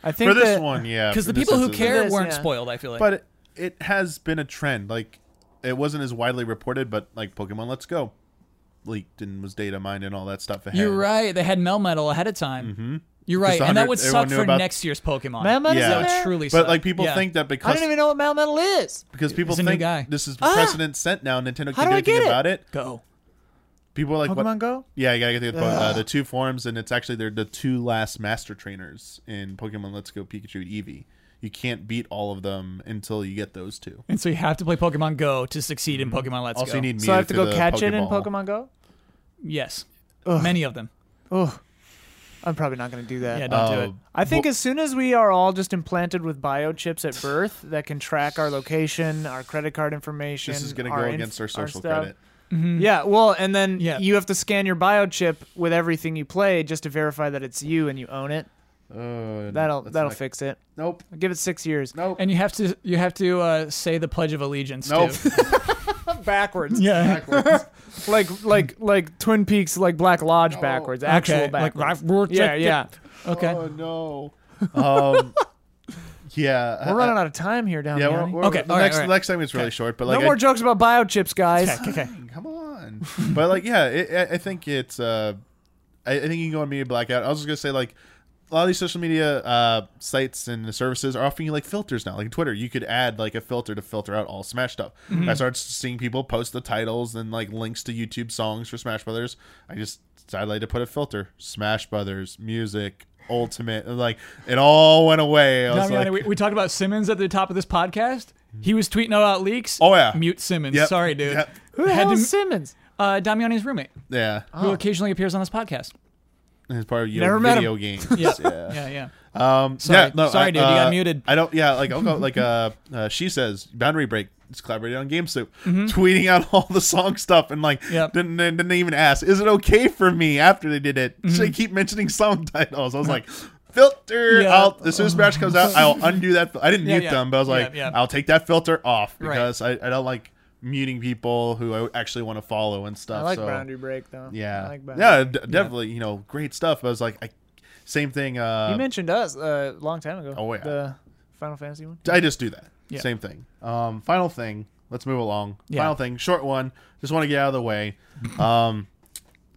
S3: I think
S1: for this
S3: that-
S1: one, yeah,
S2: because the
S1: in this
S2: people who
S1: instance,
S2: care
S3: This,
S2: weren't
S3: yeah.
S2: spoiled. I feel like.
S1: but it, it has been a trend. Like it wasn't as widely reported, but like Pokemon Let's Go leaked and was data mined and all that stuff. Ahead.
S2: You're right. They had Mel Metal ahead of time. Mm-hmm. You're right,
S1: Just
S2: and that
S1: 100
S2: would suck
S1: everyone knew
S2: for
S1: about-
S2: next year's Pokemon.
S3: Melmetal
S1: Yeah.
S2: That
S3: in
S2: would
S3: there?
S2: truly suck.
S1: But like people
S2: Yeah.
S1: think that
S3: I
S1: because
S3: don't even know what Melmetal is.
S1: because people
S2: He's a new
S1: think
S2: guy. Ah!
S1: this is precedent set now. Nintendo can
S3: How do
S1: do
S3: I
S1: anything
S3: get it?
S1: about it.
S2: go.
S1: People are like,
S3: Pokemon
S1: what?
S3: Go.
S1: Yeah, you gotta get the, uh, the two forms, and it's actually they're the two last master trainers in Pokemon Let's Go Pikachu and Eevee. You can't beat all of them until you get those two.
S2: And so you have to play Pokemon Go to succeed in Pokemon
S1: Mm-hmm.
S2: Let's
S1: also,
S2: Go.
S1: you need Mewtwo
S3: So I have to go
S1: the
S3: catch it in
S1: Pokeball.
S3: Pokemon Go.
S2: yes, many of them.
S3: Oh, I'm probably not going to do that.
S2: Yeah, don't
S1: Uh,
S2: do it.
S3: I think as soon as we are all just implanted with biochips at birth that can track our location, our credit card information,
S1: this is gonna
S3: our
S1: go
S3: inf-
S1: against our social
S3: stuff.
S1: credit.
S3: Mm. Yeah, well, and then
S2: Yeah.
S3: you have to scan your biochip with everything you play just to verify that it's you and you own it.
S1: Uh,
S3: That'll
S1: Mm. that's
S3: that'll
S1: not-
S3: fix it.
S1: Nope.
S3: Give it six years.
S1: Nope.
S2: And you have to you have to uh, say the Pledge of Allegiance.
S1: nope.
S2: Too.
S3: Backwards,
S2: yeah.
S3: like like like Twin Peaks, like Black Lodge
S1: No.
S3: backwards, actual
S2: Okay, like,
S3: backwards.
S2: I've worked
S3: yeah,
S2: it.
S3: yeah.
S2: Okay.
S1: Oh no. Um, yeah. I-
S3: We're running
S1: I-
S3: out of time here, down
S1: Yeah.
S3: here.
S1: We're,
S3: honey.
S1: we're,
S2: Okay,
S1: The
S2: all right,
S1: next
S2: all right.
S1: next time it's really short, but like
S3: no
S1: I-
S3: more jokes about biochips, guys.
S2: Okay. okay.
S1: come on but like yeah it, I- i think it's uh I, I think you can go on media blackout i was just gonna say like a lot of these social media uh sites and services are offering you like filters now like twitter you could add like a filter to filter out all smash stuff
S3: Mm-hmm.
S1: i started seeing people post the titles and like links to youtube songs for smash brothers i just decided like to put a filter smash brothers music ultimate and like it all went away I was
S2: Damiani,
S1: like, Mm-hmm.
S2: we, we talked about Simmons at the top of this podcast. He was tweeting about leaks.
S1: oh yeah
S2: Mute Simmons.
S1: Yep.
S2: Sorry, dude.
S1: Yep.
S3: Who the
S2: Had
S3: hell
S2: to-
S3: is Simmons?
S2: Uh, Damiani's roommate,
S1: yeah
S2: who occasionally appears on this podcast.
S1: it's part of your
S3: Ah. Never met
S1: video
S3: him.
S1: game
S2: Yeah. Yeah, yeah.
S1: Um,
S2: Sorry.
S1: yeah, no,
S2: Sorry,
S1: I,
S2: dude, you got
S1: uh,
S2: muted.
S1: I don't. Yeah, like I'll go. Like uh, uh, she says, boundary break. It's collaborated on Game Soup, tweeting out all the song stuff, and like
S2: Mm-hmm. Yep.
S1: didn't didn't even ask, is it okay for me after they did it? So
S2: Mm-hmm.
S1: they keep mentioning song titles. I was like. Filter
S2: Yeah.
S1: out as soon as Smash comes out, I'll undo that. fil- I didn't
S2: Yeah,
S1: mute
S2: yeah.
S1: them, but I was like,
S2: Yeah, yeah.
S1: I'll take that filter off
S2: Right.
S1: because I, I don't like muting people who I actually want to follow and stuff.
S3: I like
S1: so,
S3: boundary break though.
S1: Yeah,
S3: I like boundary.
S1: yeah, d- definitely. You know, great stuff. I was like, I, same thing. Uh,
S3: you mentioned us uh, a long time ago.
S1: Oh, yeah.
S3: the Final Fantasy one.
S1: I just do that.
S2: Yeah.
S1: Same thing. Um, final thing. Let's move along.
S2: Yeah.
S1: Final thing. Short one. Just want to get out of the way. Um,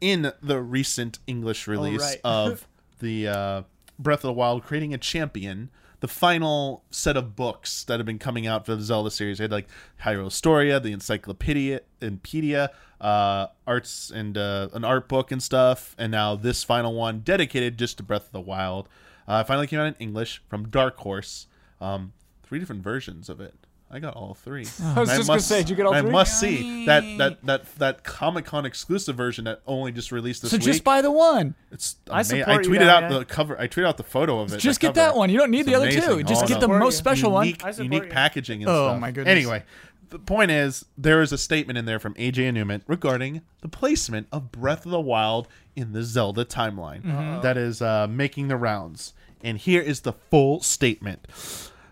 S1: in the recent English release
S3: right.
S1: of the uh, Breath of the Wild, creating a champion. The final set of books that have been coming out for the Zelda series. They had like Hyrule Storia, the Encyclopedia, Enpedia, uh, arts and uh, an art book and stuff, and now this final one dedicated just to Breath of the Wild. Uh, finally came out in English from Dark Horse. Um, three different versions of it. I got all three. I
S4: was just gonna say, did you get all
S1: and
S4: three?
S1: I must see that that that that Comic Con exclusive version that only just released this
S2: So
S1: week.
S2: just buy the one.
S1: it's
S3: I
S1: amazing. I,
S3: support you,
S1: tweeted out
S3: Damian.
S1: the cover. I tweeted out the photo of it.
S2: Just
S1: the
S2: get
S1: cover.
S2: that one. You don't need
S1: It's
S2: the other
S1: amazing.
S2: two. Just
S1: Also,
S2: get the
S3: support
S2: most
S3: you.
S2: special one.
S1: unique,
S3: I support
S1: unique
S3: you.
S1: packaging and
S2: Oh,
S1: stuff.
S2: my goodness.
S1: Anyway, the point is there is a statement in there from AJ Newman regarding the placement of Breath of the Wild in the Zelda timeline
S2: Mm-hmm.
S1: that is uh, making the rounds. And here is the full statement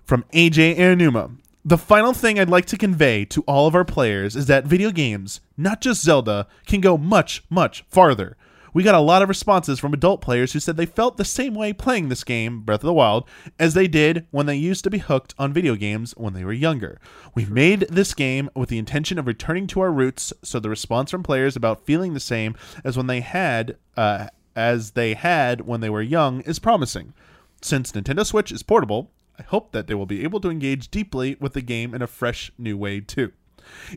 S1: from AJ Anuma. The final thing I'd like to convey to all of our players is that video games, not just Zelda, can go much, much farther. We got a lot of responses from adult players who said they felt the same way playing this game, Breath of the Wild, as they did when they used to be hooked on video games when they were younger. We've made this game with the intention of returning to our roots, so the response from players about feeling the same as when they had uh, as they had when they were young is promising. Since Nintendo Switch is portable, I hope that they will be able to engage deeply with the game in a fresh new way too.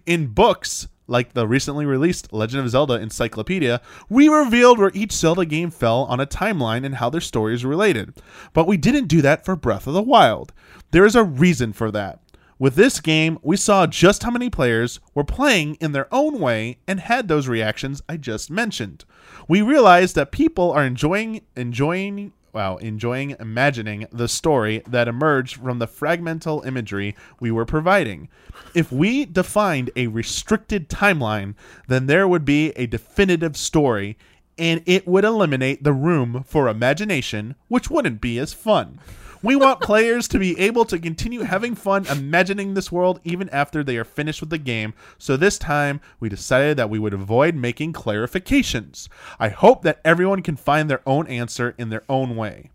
S1: In books, like the recently released Legend of Zelda Encyclopedia, we revealed where each Zelda game fell on a timeline and how their stories related. But we didn't do that for Breath of the Wild. There is a reason for that. With this game, we saw just how many players were playing in their own way and had those reactions I just mentioned. We realized that people are enjoying enjoying wow, enjoying imagining the story that emerged from the fragmental imagery we were providing. If we defined a restricted timeline, then there would be a definitive story and it would eliminate the room for imagination, which wouldn't be as fun. We want players to be able to continue having fun imagining this world even after they are finished with the game. So this time, we decided that we would avoid making clarifications. I hope that everyone can find their own answer in their own way.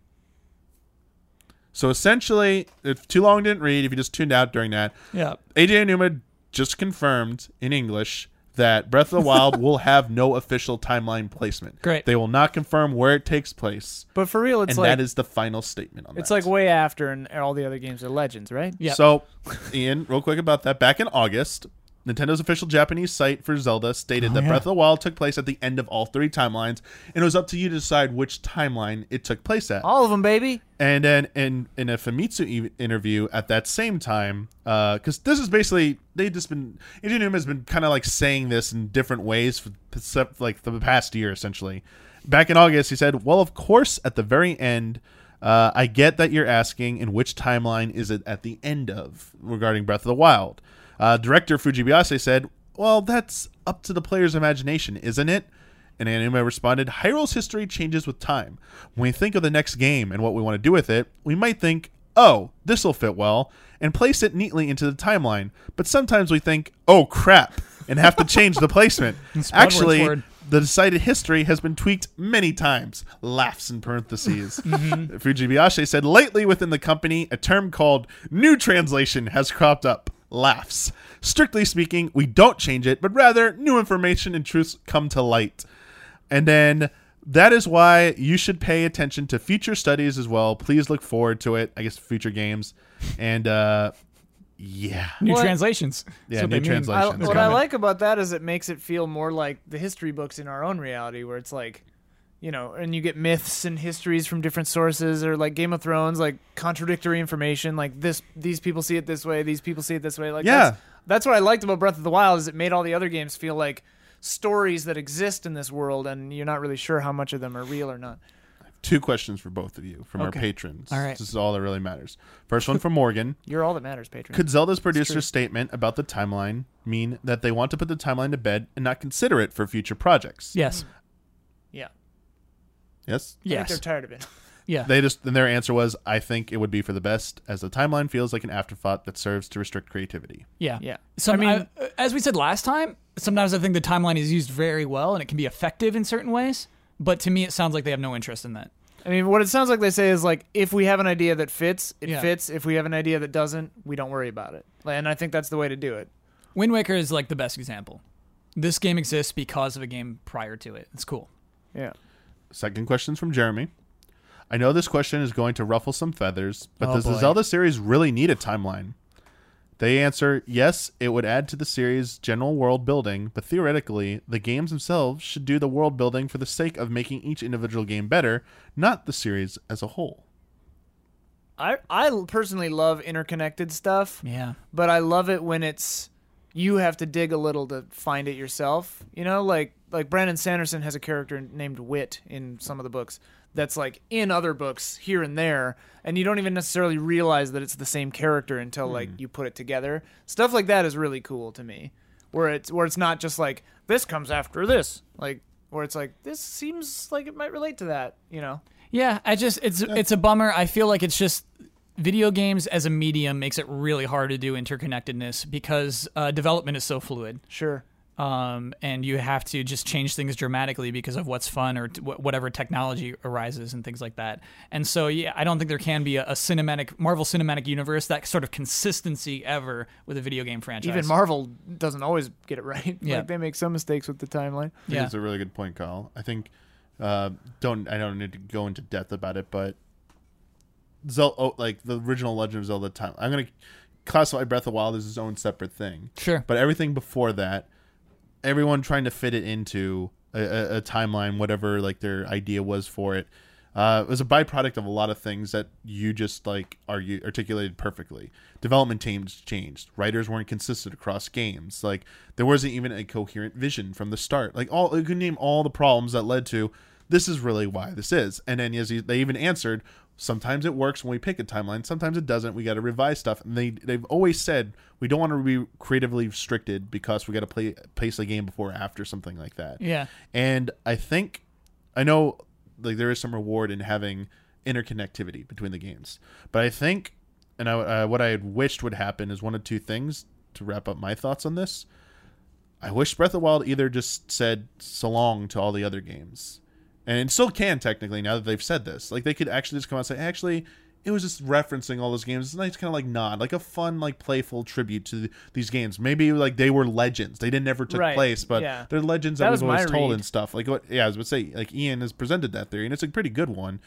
S1: So essentially, if too long didn't read, if you just tuned out during that,
S2: Yeah.
S1: AJ Numa just confirmed in English that Breath of the Wild will have no official timeline placement.
S2: Great.
S1: They will not confirm where it takes place.
S3: But for real, it's
S1: and
S3: like
S1: that is the final statement on
S3: it's
S1: that.
S3: like way after, and all the other games are legends, right?
S2: Yeah.
S1: So, Ian, real quick about that. Back in August, Nintendo's official Japanese site for Zelda
S3: Oh,
S1: stated that
S2: yeah.
S1: Breath of the Wild took place at the end of all three timelines, and it was up to you to decide which timeline it took place at.
S3: All of them, baby.
S1: And then in in a Famitsu e- interview at that same time, because this is basically they just been Ingenuum has been kind of like saying this in different ways for the se- like the past year essentially. Back in August, he said, "Well, of course, at the very end." Uh, I get that you're asking, in which timeline is it at the end of regarding Breath of the Wild? Uh, director Fujibayashi said, Well, that's up to the player's imagination, isn't it? And Anima responded, Hyrule's history changes with time. When we think of the next game and what we want to do with it, we might think, oh, this will fit well, and place it neatly into the timeline. But sometimes we think, oh, crap, and have to change the placement.
S2: Spreadward's
S1: Actually,
S2: word.
S1: the decided history has been tweaked many times. Laughs in parentheses.
S2: Mm-hmm.
S1: Fujibayashi said, lately within the company, a term called new translation has cropped up. Laughs. Strictly speaking, we don't change it, but rather new information and truths come to light. And then that is why you should pay attention to future studies as well. Please look forward to it. I guess future games. And uh yeah.
S2: New
S3: What?
S2: translations.
S1: Yeah,
S2: That's what
S1: new
S2: they mean.
S1: translation.
S3: I,
S1: Legends,
S3: what
S1: yeah.
S3: I like about that is it makes it feel more like the history books in our own reality, where it's like, you know, and you get myths and histories from different sources, or like Game of Thrones, like contradictory information. Like this, these people see it this way, these people see it this way. Like,
S1: Yeah.
S3: that's, that's what I liked about Breath of the Wild is it made all the other games feel like stories that exist in this world, and you're not really sure how much of them are real or not.
S1: Two questions for both of you from
S2: Okay.
S1: our patrons.
S2: All right.
S1: This is all that really matters. First one from Morgan.
S3: You're all that matters, patron.
S1: Could Zelda's producer's statement about the timeline mean that they want to put the timeline to bed and not consider it for future projects?
S2: Yes.
S3: yeah,
S1: Yes?
S3: I think
S2: Yes.
S3: they're tired of it.
S2: Yeah.
S1: They just and their answer was, I think it would be for the best, as the timeline feels like an afterthought that serves to restrict creativity.
S2: Yeah.
S3: Yeah.
S2: So I
S3: I
S2: mean,
S3: mean-
S2: as we said last time, sometimes I think the timeline is used very well and it can be effective in certain ways. But to me, it sounds like they have no interest in that.
S3: I mean, what it sounds like they say is like, if we have an idea that fits, it
S2: Yeah.
S3: fits. If we have an idea that doesn't, we don't worry about it. Like, And I think that's the way to do it.
S2: Wind Waker is like the best example. This game exists because of a game prior to it. It's cool.
S3: Yeah.
S1: Second question's from Jeremy. I know this question is going to ruffle some feathers, but
S2: Oh,
S1: does
S2: boy.
S1: the Zelda series really need a timeline? They answer, yes, it would add to the series' general world building, but theoretically, the games themselves should do the world building for the sake of making each individual game better, not the series as a whole.
S3: I I personally love interconnected stuff,
S2: Yeah.
S3: but I love it when it's you have to dig a little to find it yourself. You know, like like Brandon Sanderson has a character named Wit in some of the books that's like in other books here and there, and you don't even necessarily realize that it's the same character until like you put it together. Stuff like that is really cool to me, where it's where it's not just like this comes after this, like where it's like this seems like it might relate to that. You know,
S2: Yeah, I just it's it's a bummer. I feel like it's just video games as a medium makes it really hard to do interconnectedness because uh, development is so fluid,
S3: sure.
S2: um, and you have to just change things dramatically because of what's fun or t- wh- whatever technology arises and things like that. And so, yeah, I don't think there can be a, a cinematic Marvel Cinematic Universe that sort of consistency ever with a video game franchise.
S3: Even Marvel doesn't always get it right.
S2: Yeah.
S3: Like they make some mistakes with the timeline.
S1: I think
S2: yeah,
S1: That's a really good point, Kyle. I think uh, don't I don't need to go into depth about it, but Zelda, oh, like the original Legend of Zelda time. I'm gonna classify Breath of the Wild as its own separate thing.
S2: sure.
S1: But everything before that, everyone trying to fit it into a, a, a timeline, whatever like their idea was for it, uh, it was a byproduct of a lot of things that you just like are you articulated perfectly. Development teams changed. Writers weren't consistent across games. Like there wasn't even a coherent vision from the start. Like all you can name all the problems that led to. This is really why this is. And then as you- they even answered, sometimes it works when we pick a timeline sometimes it doesn't we got to revise stuff and they they've always said we don't want to be creatively restricted because we got to play place the game before or after something like that
S2: Yeah.
S1: and i think i know like there is some reward in having interconnectivity between the games but i think and I, uh, what i had wished would happen is one of two things to wrap up my thoughts on this I wish Breath of the Wild either just said so long to all the other games. And it still can technically now that they've said this. Like they could actually just come out and say, actually, it was just referencing all those games. It's a nice kind of like nod, like a fun, like playful tribute to th- these games. Maybe like they were legends. They didn't never took
S3: Right,
S1: place, but
S3: yeah.
S1: they're legends that,
S3: That
S1: we've
S3: was my
S1: always told
S3: read.
S1: and stuff. Like what yeah, I was about to say, like Ian has presented that theory, and it's a pretty good one.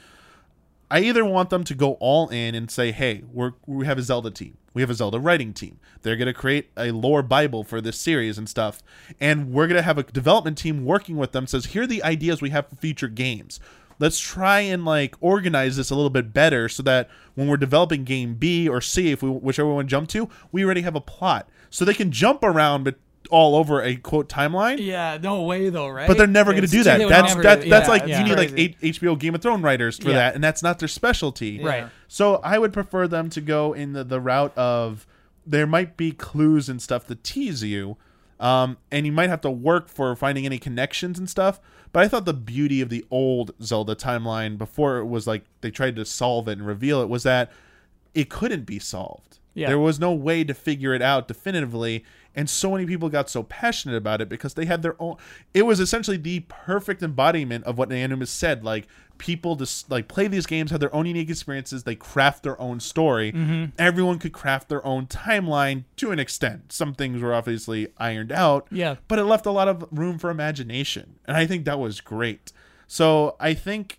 S1: I either want them to go all in and say, "Hey, we're we have a Zelda team. We have a Zelda writing team. They're going to create a lore bible for this series and stuff, and we're going to have a development team working with them says, "Here are the ideas we have for future games. Let's try and like organize this a little bit better so that when we're developing game B or C, if we whichever one jump to, we already have a plot. So they can jump around but all over a quote timeline
S2: Yeah, no way though, right?
S1: but they're never going to
S2: It's
S1: do
S2: true,
S1: that.
S2: they would
S1: That's
S2: never
S1: that's
S2: do-
S1: that's
S2: yeah,
S1: like
S2: yeah.
S1: you need like
S3: Crazy.
S1: eight HBO Game of Thrones writers for
S2: Yeah.
S1: that, and that's not their specialty.
S2: Right.
S1: So I would prefer them to go in the, the route of there might be clues and stuff to tease you, um, and you might have to work for finding any connections and stuff. But I thought the beauty of the old Zelda timeline before it was like they tried to solve it and reveal it was that it couldn't be solved.
S2: Yeah.
S1: There was no way to figure it out definitively. And so many people got so passionate about it because they had their own. It was essentially the perfect embodiment of what Nanumus said. Like people just like play these games, have their own unique experiences. They craft their own story.
S2: Mm-hmm.
S1: Everyone could craft their own timeline to an extent. Some things were obviously ironed out.
S2: Yeah.
S1: But it left a lot of room for imagination, and I think that was great. So I think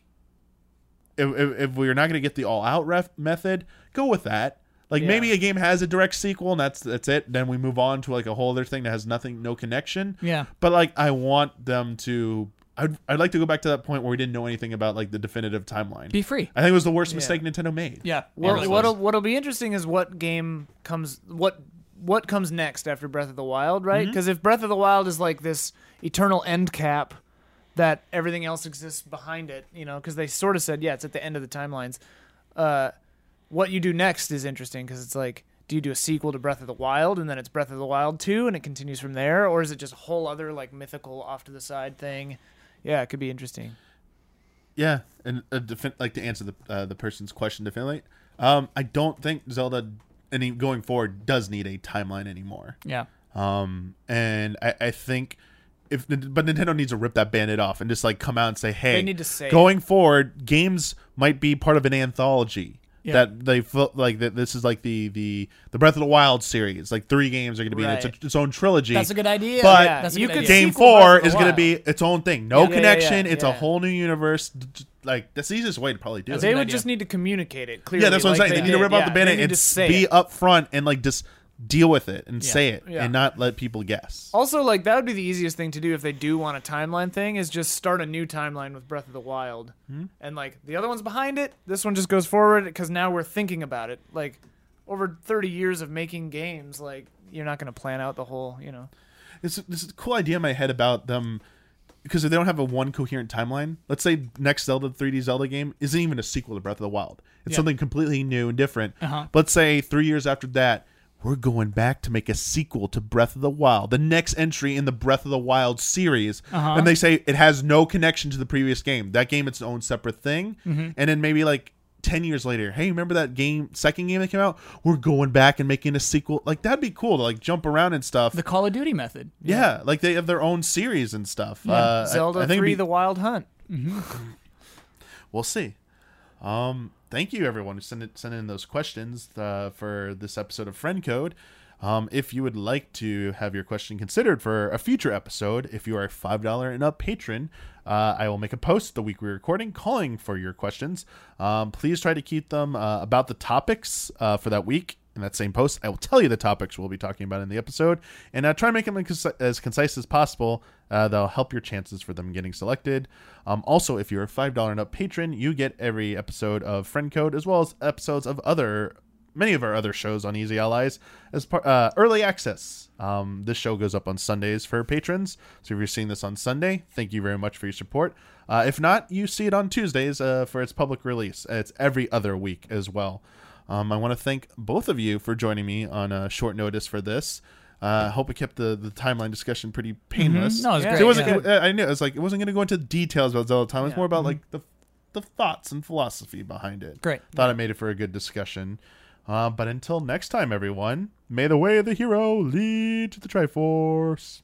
S1: if, if, if we're not going to get the all out ref method, go with that. Like
S3: Yeah.
S1: maybe a game has a direct sequel and that's that's it. Then we move on to like a whole other thing that has nothing, no connection.
S2: Yeah.
S1: But like I want them to. I'd, I'd like to go back to that point where we didn't know anything about like the definitive timeline.
S2: Be free.
S1: I think it was the worst mistake Nintendo made.
S2: Yeah.
S3: Well,
S2: It
S3: what'll
S2: was.
S3: what'll be interesting is what game comes what what comes next after Breath of the Wild, right?
S1: Mm-hmm.
S3: Because if Breath of the Wild is like this eternal end cap that everything else exists behind it, you know, because they sort of said, yeah, it's at the end of the timelines. Uh, what you do next is interesting because it's like, do you do a sequel to Breath of the Wild and then it's Breath of the Wild two and it continues from there, or is it just a whole other like mythical off to the side thing? Yeah, it could be interesting.
S1: yeah, and uh, defi- like to answer the uh, the person's question definitely. Um, I don't think Zelda any going forward does need a timeline anymore.
S2: Yeah.
S1: Um, and I, I think if but Nintendo needs to rip that bandit off and just like come out and say, hey,
S3: need to say
S1: going forward, games might be part of an anthology.
S2: Yeah.
S1: That they felt like that this is like the the the Breath of the Wild series. Like three games are going to be in its,
S3: Right.
S1: its own trilogy.
S4: That's a good idea.
S1: But
S4: yeah, that's a
S3: you
S4: good
S3: could
S4: idea.
S1: Game
S3: sequel
S1: four
S3: Breath of the
S1: is going to
S3: Wild.
S1: be its own thing. No
S3: Yeah, yeah,
S1: connection.
S3: yeah,
S1: It's a
S3: yeah.
S1: whole new universe. D- d- Like that's the easiest way to probably do
S3: They
S1: it.
S2: good
S3: would
S2: idea.
S3: just need to communicate it clearly.
S1: Yeah, that's what I'm
S3: like
S1: saying. They, need to
S3: did.
S1: rip
S3: Yeah,
S1: out the
S3: they
S1: banner
S3: need
S1: and
S3: to
S1: s-
S3: say
S1: be
S3: it.
S1: up front and like just deal with it and say it
S3: Yeah.
S1: and not let people guess.
S3: Also, like that would be the easiest thing to do if they do want a timeline thing is just start a new timeline with Breath of the Wild,
S1: Hmm?
S3: and like the other one's behind it, this one just goes forward because now we're thinking about it. Like over 30 years of making games, like you're not gonna plan out the whole, you know.
S1: This this is a cool idea in my head about them because if they don't have a one coherent timeline, let's say next Zelda 3D Zelda game isn't even a sequel to Breath of the Wild. It's
S2: Yeah.
S1: something completely new and different.
S2: Uh-huh.
S1: Let's say three years after that, we're going back to make a sequel to Breath of the Wild, the next entry in the Breath of the Wild series,
S2: Uh-huh.
S1: and they say it has no connection to the previous game. That game it's its own separate thing,
S2: Mm-hmm.
S1: and then maybe like. 10 years later hey remember that game second game that came out we're going back and making a sequel like that'd be cool to like jump around and stuff
S2: The Call of Duty method.
S1: yeah, like they have their own series and stuff. Uh, I-
S3: Zelda
S1: I, think it'd
S3: 3:
S1: be-
S3: The Wild Hunt.
S1: we'll see. Um, thank you everyone who sent it, sent in those questions uh, for this episode of Friend Code. Um, if you would like to have your question considered for a future episode, if you are a five dollar and up patron, uh, I will make a post the week we're recording calling for your questions. Um, please try to keep them uh, about the topics uh, for that week in that same post. I will tell you the topics we'll be talking about in the episode, and uh, try and make them conci- as concise as possible. Uh, that'll help your chances for them getting selected. Um, also, if you're a five dollar and up patron, you get every episode of Friend Code as well as episodes of other many of our other shows on Easy Allies as part uh, early access. Um, this show goes up on Sundays for patrons, so if you're seeing this on Sunday, thank you very much for your support. Uh, if not, you see it on Tuesdays uh, for its public release. It's every other week as well. Um, I want to thank both of you for joining me on uh, short notice for this. Uh, I hope we kept the, the timeline discussion pretty painless.
S2: Mm-hmm. No, it was
S3: Yeah.
S2: great.
S1: So it wasn't.
S2: yeah. Mm-hmm.
S1: It, I knew it was like it wasn't going to go into details about Zelda Time. It's
S3: Yeah.
S1: more about like the the thoughts and philosophy behind it.
S2: Great.
S1: Thought I made it for a good discussion. Uh, but until next time, everyone, may the way of the hero lead to the Triforce.